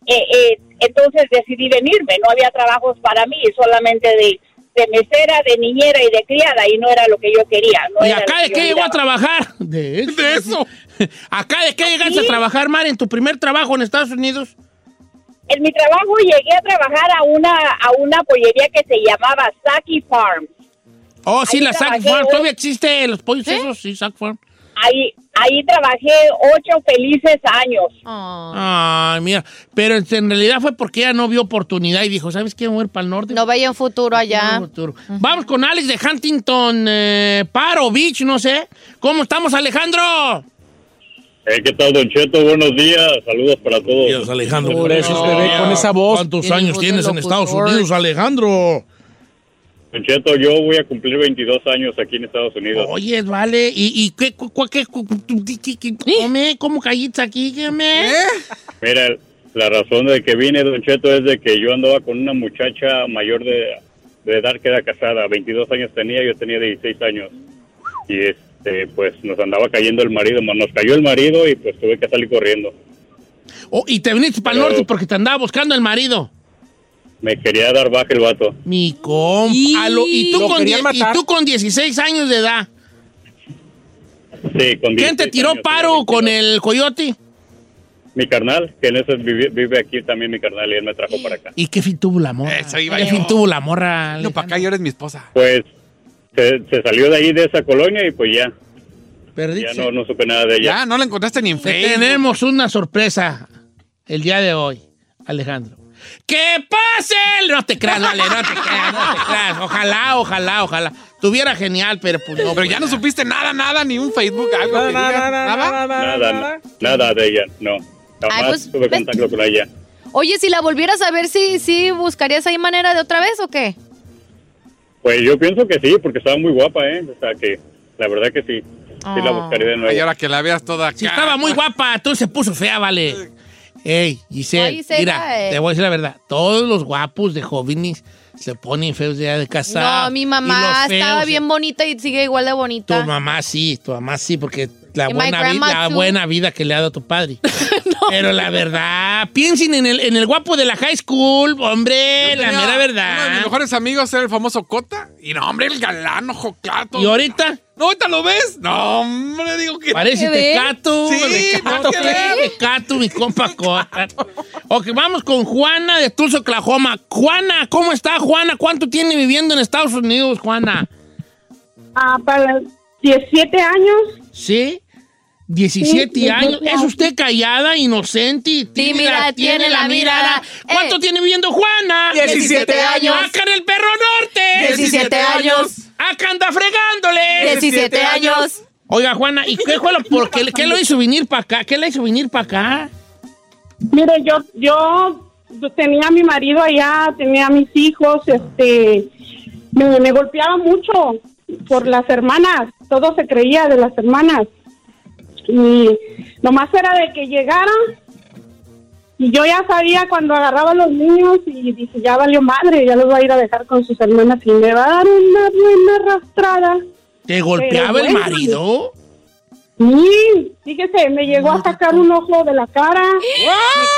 Eh, eh, entonces decidí venirme. No había trabajos para mí, solamente de, de mesera, de niñera y de criada, y no era lo que yo quería. no ¿Y era lo acá que de yo qué llegó a miraba. trabajar? De eso. <laughs> ¿Acá de qué llegaste a trabajar, María, en tu primer trabajo en Estados Unidos? En mi trabajo llegué a trabajar a una a una pollería que se llamaba Saki Farm. Oh, sí, Ahí la Sack trabajé, Farm. ¿eh? Todavía existe los pollos esos, sí, Sack Farm. Ahí ahí trabajé ocho felices años. Ay, mira. Pero este, en realidad fue porque ella no vio oportunidad y dijo, ¿sabes qué? Voy a ir para el norte. No veía un futuro allá. futuro. Vamos con Alex de Huntington, eh, Paro Beach, no sé. ¿Cómo estamos, Alejandro? Eh, ¿Qué tal, Don Cheto? Buenos días. Saludos para todos. Buenos días, Alejandro. Por eso te ve con esa voz. ¿Cuántos años tienes en Estados Unidos, Alejandro? Don Cheto, yo voy a cumplir 22 años aquí en Estados Unidos. Oye, vale. ¿Y, y qué, cu- cu- qué, cu- tu- ti- ti- ti- come? ¿Cómo callita aquí? ¿Qué me? Mira, la razón de que vine, Don Cheto, es de que yo andaba con una muchacha mayor de, de edad que era casada. 22 años tenía, yo tenía 16 años. Y este, pues nos andaba cayendo el marido. Nos cayó el marido y pues tuve que salir corriendo. Oh, y te viniste para el norte porque te andaba buscando el marido. Me quería dar baja el vato. Mi compa. A lo- Y, tú Lo con querían die- y matar. tú con 16 años de edad. Sí, con ¿Quién te 16 tiró años. paro con el coyote? Mi carnal, que en eso vive, vive aquí también mi carnal y él me trajo para acá. ¿Y qué fin tuvo la morra? ¿Qué yo. fin tuvo la morra? No, para acá yo eres mi esposa. Pues se, se salió de ahí de esa colonia y pues ya. Perdiste. Ya no, no supe nada de ella. Ya, no la encontraste ni en Te Facebook. tenemos una sorpresa el día de hoy, Alejandro. ¡Que pase! el- No te creas, vale, no te creas, no te creas. Ojalá, ojalá, ojalá. Tuviera genial, pero pues no. Pero ya no supiste nada, nada, ni un Facebook, algo. Nada, que nada, digas, "Ah, nada, nada. Nada, na- nada de ella, no. Jamás Ay, pues, tuve ves- contacto con ella. Oye, si la volvieras a ver, ¿sí, sí buscarías ahí manera de otra vez o qué? Pues yo pienso que sí, porque estaba muy guapa, ¿eh? O sea que la verdad que sí. Sí la buscaré de nuevo. Y ahora que la veas toda acá. Si estaba muy guapa, tú se puso fea, vale. Ey, Giselle, Ay, Gisela, mira, eh. te voy a decir la verdad. Todos los guapos de jóvenes se ponen feos ya de casa. no, mi Y mamá los feos, estaba bien bonita y sigue igual de Tu bonita. mamá sí, tu mamá sí, porque la, Y my buena, vi- grandma la too. buena vida que le ha dado tu <laughs> padre. Pero la verdad, piensen en el, en el guapo de la high school, hombre, la mera Uno de mis verdad. mejores amigos era el famoso Cota. Y no, hombre, el galano, jocato. ¿Y ahorita? No, ahorita lo ves. No, hombre, digo que. Parece Tecato. Sí, Tecato, Tecato, mi compa Cota. Ok, vamos con Juana de Tulsa, Oklahoma. Juana, ¿cómo está Juana? ¿Cuánto tiene viviendo en Estados Unidos, Juana? <laughs> Ah, para 17 años. ¿Sí? 17 Sí, años. 17 ¿Es usted callada, inocente y tímida? Tímida, tiene la mirada. ¿Cuánto Eh. tiene viviendo Juana? 17 años. ¡Acá en el perro norte! 17 años. ¡Acá anda fregándole! 17 años. Oiga, Juana, ¿y qué fue lo, por qué, <laughs> qué lo hizo venir para acá? ¿Qué le hizo venir para acá? Mire, yo, yo tenía a mi marido allá, tenía a mis hijos, este, me, me golpeaba mucho. por las hermanas, todo se creía de las hermanas. Y nomás era de que llegara y yo ya sabía cuando agarraba a los niños y dije, ya valió madre, ya los va a ir a dejar con sus hermanas y me va a dar una buena arrastrada. ¿Te golpeaba el bueno. marido? Sí, fíjese, me llegó a sacar un ojo de la cara.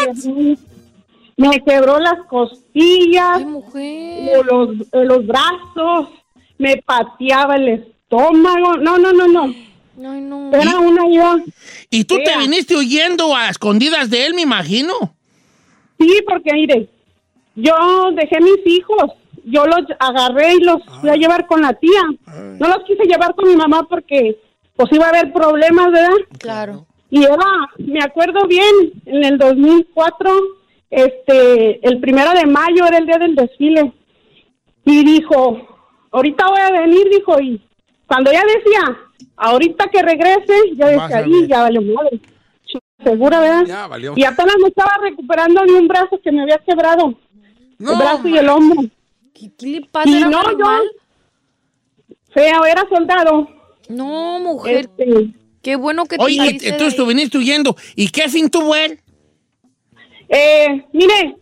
Me quebró, me quebró las costillas, o Los, o los brazos, me pateaba el estómago. No, no, no, no. Era una yo. ¿Y tú te viniste huyendo a escondidas de él, me imagino? Sí, porque mire, yo dejé mis hijos, yo los agarré y los fui Ah. a llevar con la tía. No los quise llevar con mi mamá porque pues iba a haber problemas, ¿verdad? Claro. Y era, me acuerdo bien, en el 2004, este, el primero de mayo era el día del desfile. Y dijo, ahorita voy a venir, dijo, y cuando ya decía, ahorita que regrese, ya Vas a decía, ahí, ver. ya valió madre. Ch- Segura, ¿verdad? Ya valió. Y apenas me estaba recuperando de un brazo que me había quebrado. el brazo y el hombro. ¿Qué le pasa? Y ¿Era no, normal? yo, feo, era soldado. Este, No, mujer. Qué bueno que te Oye, saliste de entonces ahí. tú viniste huyendo. ¿Y qué fin tuvo él? Eh, mire,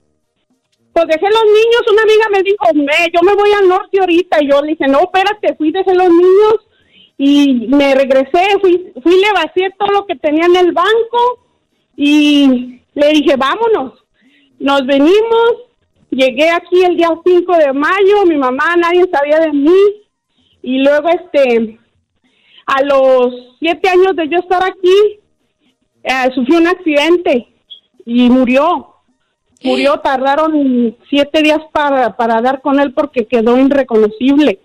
pues dejé los niños, una amiga me dijo, "Me, yo me voy al norte ahorita, y yo le dije, no, espérate, fui, dejé los niños, y me regresé, fui, fui, le vacié todo lo que tenía en el banco, y le dije, vámonos, nos venimos, llegué aquí el día 5 de mayo, mi mamá, nadie sabía de mí, y luego, este, a los siete años de yo estar aquí, eh, sufrí un accidente, y murió. Murió, tardaron siete días para, para dar con él porque quedó irreconocible.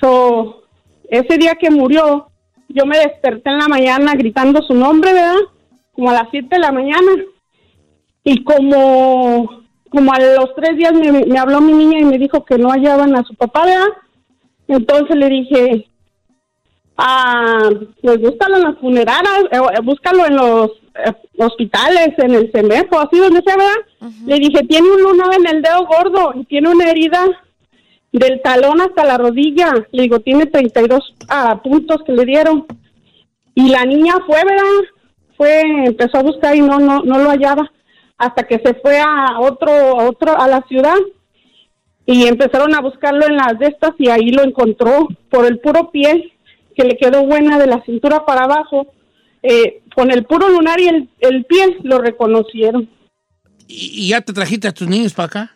So, ese día que murió, yo me desperté en la mañana gritando su nombre, ¿verdad? Como a las siete de la mañana. Y como, como a los tres días me, me habló mi niña y me dijo que no hallaban a su papá, ¿verdad? Entonces le dije, ah, pues búscalo en las funerarias, eh, eh, búscalo en los eh, hospitales, en el CEMEFO, así donde sea, ¿verdad? Le dije, tiene un lunar en el dedo gordo y tiene una herida del talón hasta la rodilla. Le digo, tiene 32 ah, puntos que le dieron. Y la niña fue, ¿verdad? Fue, empezó a buscar y no, no, no lo hallaba. Hasta que se fue a otro, a otro, a la ciudad y empezaron a buscarlo en las de estas y ahí lo encontró por el puro pie que le quedó buena de la cintura para abajo, eh, con el puro lunar y el, el pie lo reconocieron. ¿Y, y ya te trajiste a tus niños para acá?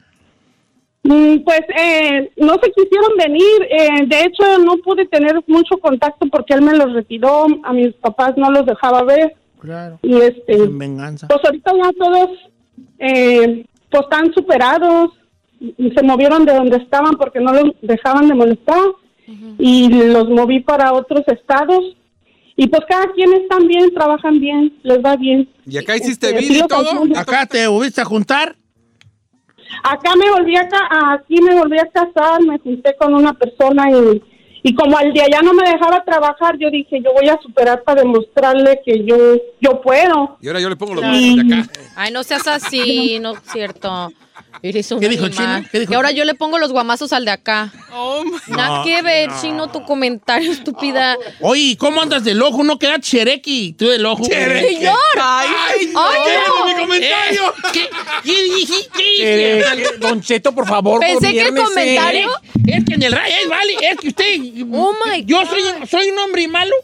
Mm, Pues eh, no se quisieron venir, eh, de hecho no pude tener mucho contacto porque él me los retiró, a mis papás no los dejaba ver Claro. y este... En venganza. Pues ahorita ya todos eh, pues están superados y- y se movieron de donde estaban porque no los dejaban de molestar y los moví para otros estados y pues cada quien están bien, trabajan bien, les va bien. ¿Y acá hiciste Este, vida sí y lo todo? Ah, confirmo. ¿Acá te volviste a juntar? Acá me volví a ca- aquí me volví a casar, me junté con una persona y, y como al día ya no me dejaba trabajar, yo dije, yo voy a superar para demostrarle que yo yo puedo. Y ahora yo le pongo los Claro. brazos de acá. Ay, no seas <laughs> así, no es cierto. Eres un ¿Qué dijo el animal. chino? ¿Qué dijo? Que ahora yo le pongo los guamazos al de acá. Nada No, que ver, no. chino, tu comentario, <laughs> estúpida. Oye, ¿y ¿cómo andas del ojo? No quedas Chereki, tú del ojo. Chereki. Señor. Ay, Ay, no. mi comentario! ¿Qué, qué dije? ¿Qué Eh, dije? eh, don Cheto, por favor, Pensé que el gobiérnese. comentario- eh. Es que en el rayo, es, vale, es que usted. Oh, my yo soy, soy un hombre malo.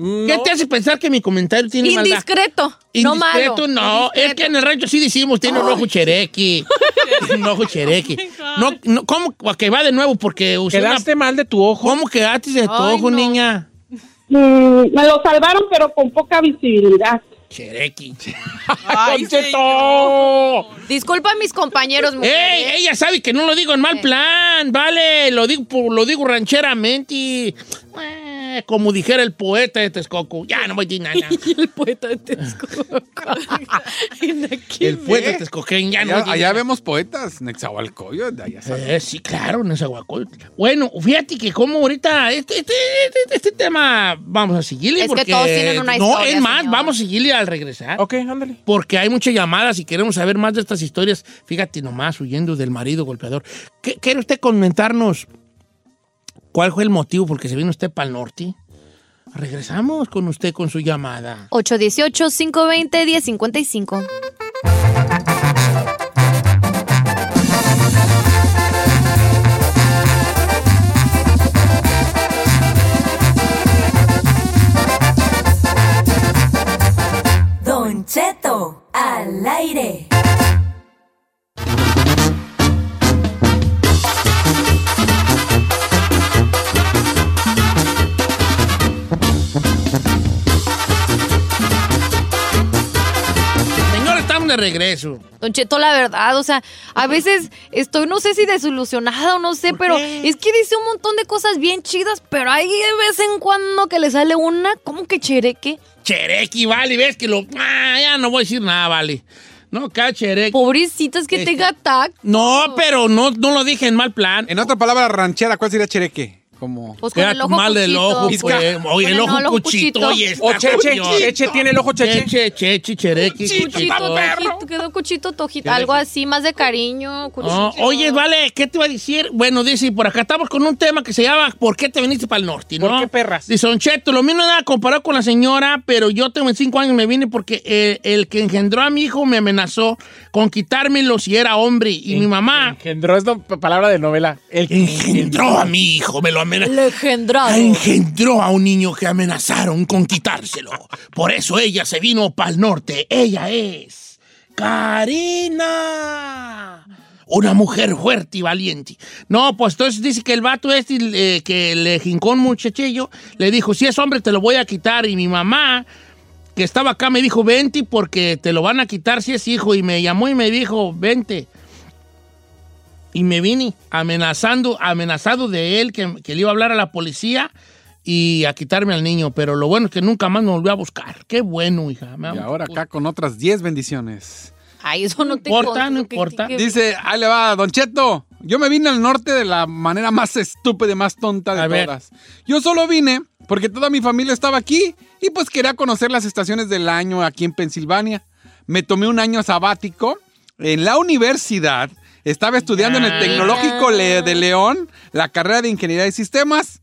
¿Qué te hace pensar que mi comentario tiene maldad? Indiscreto. No malo. Indiscreto, no. Es que en el rancho sí decimos, tiene un ojo cherequi. un ojo cherequi. No, no, ¿Cómo? A Que va de nuevo porque... usé una- Quedaste mal de tu ojo. ¿Cómo quedaste de tu Ay, ojo, no. niña? Mm, me lo salvaron pero con poca visibilidad. Cherequi. <laughs> Ay, Don Cheto. Disculpa a mis compañeros, mujer. ¡Ey! ¿eh? Ella sabe que no lo digo en mal plan, vale. Lo digo, por- lo digo rancheramente. Eh, Como dijera el poeta de Texcoco. Ya, no voy a decir nada. el poeta de Texcoco. El poeta texcoqueño. Ya no voy a Allá, decir allá nada. vemos poetas, Nexahualcoyo, de allá sale. Eh, sí, claro, en Nezahualcóyotl. Bueno, fíjate que como ahorita este, este, este, este tema vamos a seguirle. Es que porque todos tienen una No, historia, es más, señor. vamos a seguirle al regresar. Ok, ándale. Porque hay muchas llamadas y queremos saber más de estas historias. Fíjate nomás, huyendo del marido golpeador. ¿Qué, ¿Quiere usted comentarnos ¿Cuál fue el motivo por qué se vino usted para el norte? Regresamos con usted con su llamada. 818-520-1055. Don Cheto al aire. Señor, estamos de regreso. Don Cheto, la verdad, o sea, a veces estoy, no sé si desilusionada o no sé, pero es que dice un montón de cosas bien chidas, pero hay de vez en cuando que le sale una, como que chereque. Cherequi, vale, ves que lo. Ah, ya no voy a decir nada, vale. No, cada Cherequi. Pobrecito, es que tenga TAC. No, pero no, no lo dije en mal plan. En otra palabra, ranchera, ¿cuál sería chereque? Como. Pues con Era el ojo mal del cuchito, ojo, pues. pues. Oye, Con el ojo cuchito, oye, está O cheche, jodido. cheche, tiene el ojo cheche. Cheche, cheche, cherequi. Cuchito, cuchito. tojito, quedó cuchito, tojito, algo así, más de cariño. cuchito. No, oye, vale, ¿qué te iba a decir? Bueno, dice, por acá estamos con un tema que se llama ¿Por qué te viniste para el norte? ¿no? ¿Por qué perras? Dice, Don Cheto, lo mismo nada comparado con la señora, pero yo tengo en cinco años me vine porque eh, el, que engendró a mi hijo me amenazó con quitármelo si era hombre. Y mi mamá... Engendró es la palabra de novela. El engendró a mi hijo, me lo amenazó. Legendrado. Ah, Engendró a un niño que amenazaron con quitárselo. Por eso ella se vino para el norte. Ella es Karina. Una mujer fuerte y valiente. No, pues entonces dice que el vato este eh, que le jincó un muchachillo, le dijo, si es hombre te lo voy a quitar. Y mi mamá, que estaba acá, me dijo, vente porque te lo van a quitar si es hijo. Y me llamó y me dijo, vente. Y me vine amenazando, amenazado de él, que, que le iba a hablar a la policía y a quitarme al niño. Pero lo bueno es que nunca más me volvió a buscar. Qué bueno, hija. Me Y amo. ahora acá con otras 10 bendiciones. Eh. Ay, eso no te importa, consta, no que- importa. que- Dice, ahí le va, Don Cheto. Yo me vine al norte de la manera más estúpida y más tonta de A ver. todas. Yo solo vine porque toda mi familia estaba aquí y pues quería conocer las estaciones del año aquí en Pensilvania. Me tomé un año sabático en la universidad. Estaba estudiando Ah. en el Tecnológico Le- de León la carrera de Ingeniería de Sistemas.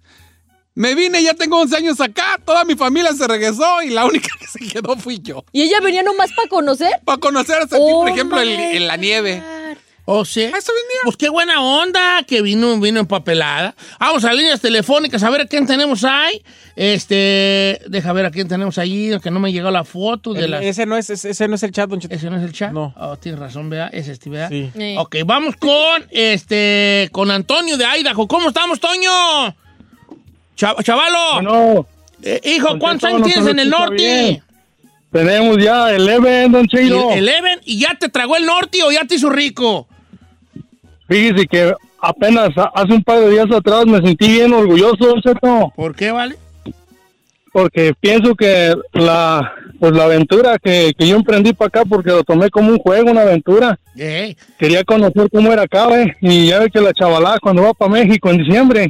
Me vine, ya tengo 11 años acá, toda mi familia se regresó y la única que se quedó fui yo. ¿Y ella venía nomás para conocer? Para conocerse aquí, por ejemplo, en, en la nieve. O sea, pues qué buena onda que vino, vino empapelada. Vamos a líneas telefónicas a ver a quién tenemos ahí. Este, deja ver a quién tenemos ahí, que no me llegó la foto de El- las. Ese no es, ese- ese no es el chat, Don Cheto. ¿Ese no es el chat? No. Oh, tienes razón, vea, es este, vea. Sí. Sí. Ok, vamos con este, con Antonio de Idaho. ¿Cómo estamos, Toño? Cha- Chavalo. Eh, hijo, Don ¿cuántos Cheto, años no tienes se en me el escucha norte? bien. Tenemos ya 11, don ¿Y Cheiro. el Eleven, ¿y ya te tragó el norte o ya te hizo rico? Fíjese que apenas a- hace un par de días atrás me sentí bien orgulloso, don Cheto. ¿Por qué, vale? Porque pienso que la, pues la aventura que, que yo emprendí para acá, porque lo tomé como un juego, una aventura. Eh, Quería conocer cómo era acá, ¿ve? Y ya ve que la chavalada cuando va para México en diciembre,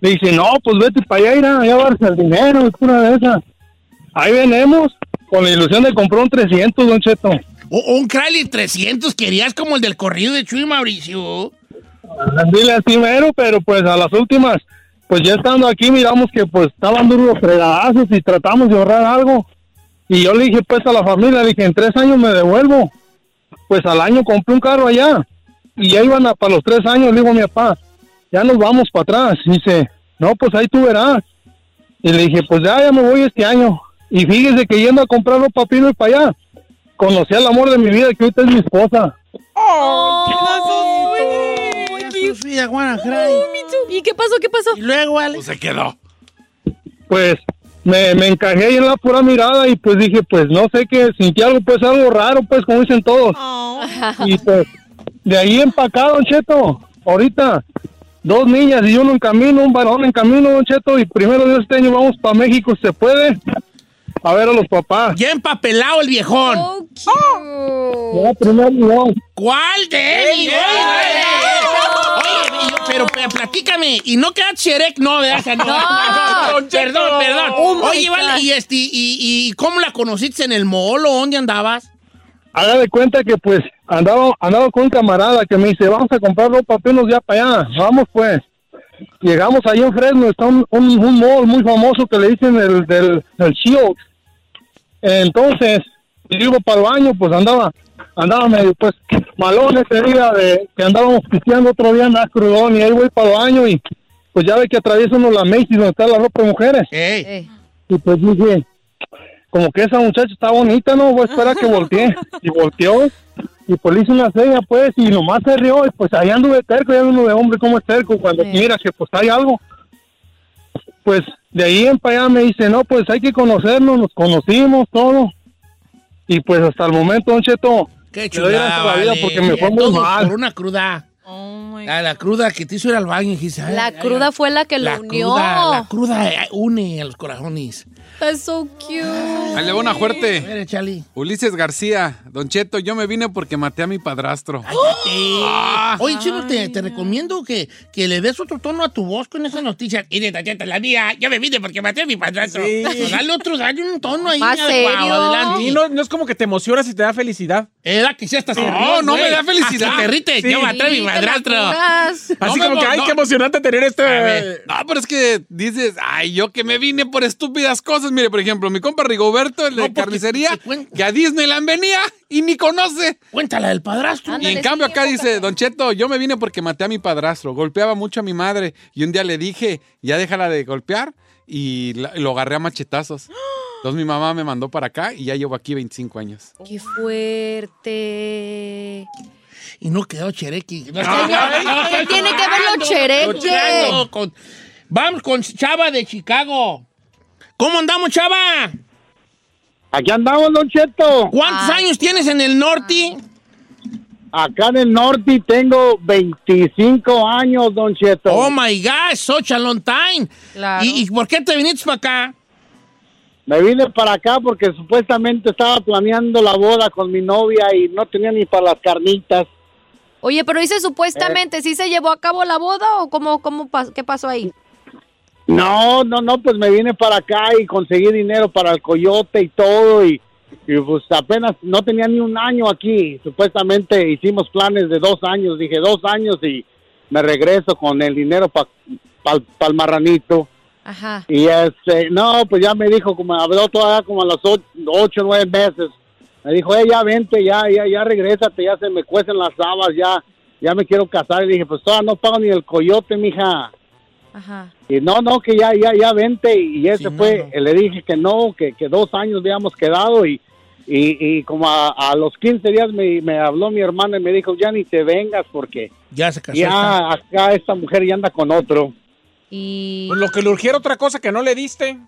le dice, no, pues vete para allá, irá, allá va a darse el dinero, es una de esas. Ahí venemos con la ilusión de comprar un 300, don Cheto. o- un Crowley 300 querías como el del corrido de Chuy Mauricio. Dile así mero, pero pues a las últimas, pues ya estando aquí miramos que pues estaban duros los fregadazos y tratamos de ahorrar algo. Y yo le dije pues a la familia, le dije en tres años me devuelvo. Pues al año compré un carro allá y ya iban a, para los tres años, le digo a mi papá, ya nos vamos para atrás. dice, no, pues ahí tú verás. Y le dije, pues ya, ya me voy este año. Y fíjese que yendo a comprar los papiros y para allá, conocí al amor de mi vida que ahorita es mi esposa. "Oh, Sofía, Juana, Cray. ¿Y qué pasó? ¿Qué pasó? Y luego, vale. se quedó. pues me, me encajé ahí en la pura mirada y pues dije, pues no sé qué, sentí algo, pues algo raro, pues como dicen todos. Y pues de ahí empacado, don Cheto, ahorita, dos niñas y uno en camino, un varón en camino, don Cheto, y primero de este año vamos para México, si se puede, a ver a los papás. Ya empapelado el viejón. Ya, primer lugar. ¿Cuál de él? Oye, y yo- pero, pero platícame, y no queda Shrek, no, ¿verdad? O sea, no, No, no, no, Don Cheto. <laughs> perdón, perdón. Oh, my Oye, God. vale, y, este, y, y cómo la conociste en el mall o dónde andabas? Haga de cuenta que pues andaba, andaba con un camarada que me dice, vamos a comprar ropa, papeles ya para allá, vamos pues. Llegamos ahí en Fresno, está un, un, un mall muy famoso que le dicen el del el Shield. Entonces, yo iba para el baño, pues andaba, andaba medio, pues, malón ese día de que andábamos pisteando otro día, andaba crudón, y ahí voy para el baño y pues ya ve que atraviesa uno la Macy's donde está la ropa de mujeres. Y pues dije, como que esa muchacha está bonita, no voy a esperar a que voltee. Y volteó, y pues le hice una seña, pues, y nomás se rió, y pues ahí anduve terco, ya uno de hombre como es terco, cuando mira que pues hay algo. Pues de ahí en para allá me dice, no, pues hay que conocernos, nos conocimos, todo. Y pues hasta el momento, Don Cheto, Qué le doy chulada, gracias a la vida vale. porque me fue muy Todo mal. Por una cruda. la, la cruda que te hizo ir al baño y dijiste, ay, Oh La ay, cruda fue la que la lo unió. Cruda, la cruda eh, une a los corazones. That's so cute. Ahí le va una fuerte. Chali. Ulises García, Don Cheto, yo me vine porque maté a mi padrastro. Eh, Oye, Chino, te, te recomiendo que, que le des otro tono a tu voz con esa noticia. Y de tacheta, la mía, ya me vine porque maté a mi padrastro. O Dale otro, dale un tono ahí. adecuado, adelante. Y no, no es como que te emocionas y te da felicidad. Era que sí hasta se rió, güey. Hasta te rite, yo maté a mi padrastro. Así No me como que, mo- ay, no. qué emocionante tener este... No, pero es que dices, ay, yo que me vine por estúpidas cosas. Mire, por ejemplo, mi compa Rigoberto, el de carnicería, que a Disneyland venía y ni conoce. Cuéntala del padrastro. y en cambio acá dice, Don Cheto, yo me vine porque maté a mi padrastro. Golpeaba mucho a mi madre y un día le dije, ya déjala de golpear y la- lo agarré <gasps> a machetazos. Entonces mi mamá me mandó para acá y ya llevo aquí 25 años. Qué fuerte. Y no quedó Cherequi. No, ¿qué tiene que ver lo Cherequi? Luchando con- Vamos con Chava de Chicago. ¿Cómo andamos, Chava? Aquí andamos, Don Cheto. ¿Cuántos años tienes en el norte? Acá en el norte tengo 25 años, Don Cheto. Oh my God, such a long time. Claro. ¿Y, y por qué te viniste para acá? Me vine para acá porque supuestamente estaba planeando la boda con mi novia y no tenía ni para las carnitas. Oye, pero dice supuestamente, ¿sí se llevó a cabo la boda o cómo, cómo pas- qué pasó ahí? No, no, no, pues me vine para acá y conseguí dinero para el coyote y todo y, y pues apenas no tenía ni un año aquí. Supuestamente hicimos planes de dos años, dije dos años y me regreso con el dinero para el marranito. Ajá. Y este, no, pues ya me dijo, como habló todavía como a los ocho, ocho nueve meses. Me dijo, eh, ya vente, ya, ya, ya regrésate, ya se me cuecen las habas, ya, ya me quiero casar. Y dije, pues todavía no pago ni el coyote, mija. Ajá. Y no, no, que ya, ya, ya vente. Y ese fue, eh, le dije que no, que, que dos años habíamos quedado. Y, y, y como a, a los 15 días me, me habló mi hermana y me dijo, ya ni te vengas porque Ya se casó. ya acá esta mujer ya anda con otro. Pues lo que le urgiera otra cosa que no le diste.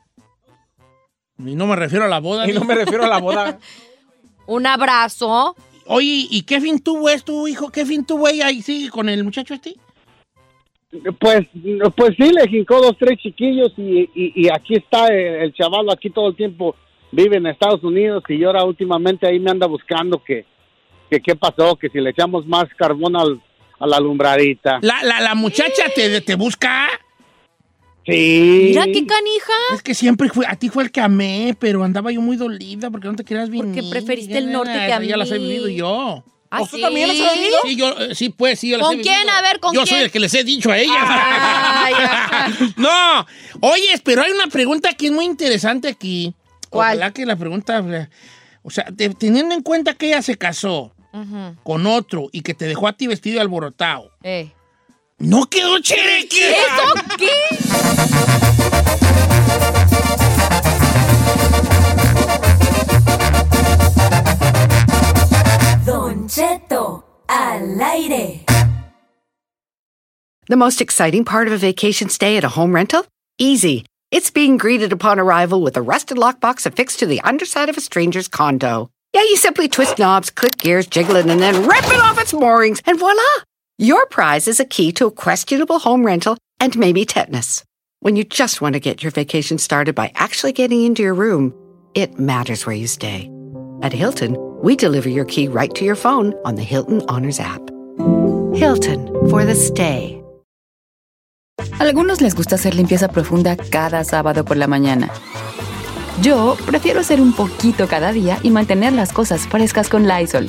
Y no me refiero a la boda. Y no me refiero a <laughs> la boda. Un abrazo. Oye, ¿y qué fin tuvo esto, hijo? ¿Qué fin tuvo ella y sigue con el muchacho este? Pues, pues sí, le jincó dos, tres chiquillos y, y, y aquí está el, el chaval, aquí todo el tiempo vive en Estados Unidos y ahora últimamente ahí me anda buscando que, que qué pasó, que si le echamos más carbón al, a la alumbradita. La, la, la muchacha te, te busca. Sí. Mira qué canija. Es que siempre fue, a ti fue el que amé, pero andaba yo muy dolida porque no te querías venir. Porque preferiste el norte que a Ah, Ya las he mí. vivido yo. ¿Ah, ¿O tú sí? también las has vivido? Sí, yo, eh, sí, pues, sí, yo las ¿Con he quién? vivido. A ver, ¿con yo quién? soy el que les he dicho a ellas. <laughs> no, oye, pero hay una pregunta que es muy interesante aquí. Ojalá que la pregunta, eh, o sea, te- teniendo en cuenta que ella se casó Ujú. con otro y que te dejó a ti vestido y alborotado, Eh. ¿no quedó chereque? ¿Eso qué? Don Cheto al aire. The most exciting part of a vacation stay at a home rental? Easy. It's being greeted upon arrival with a rusted lockbox affixed to the underside of a stranger's condo. Yeah, you simply twist knobs, click gears, jiggle it, and then rip it off its moorings, and voila! Your prize is a key to a questionable home rental and maybe tetanus. When you just want to get your vacation started by actually getting into your room, it matters where you stay. At Hilton, we deliver your key right to your phone on the Hilton Honors app. Hilton for the stay. Algunos les gusta hacer limpieza profunda cada sábado por la mañana. Yo prefiero hacer un poquito cada día y mantener las cosas frescas con Lysol.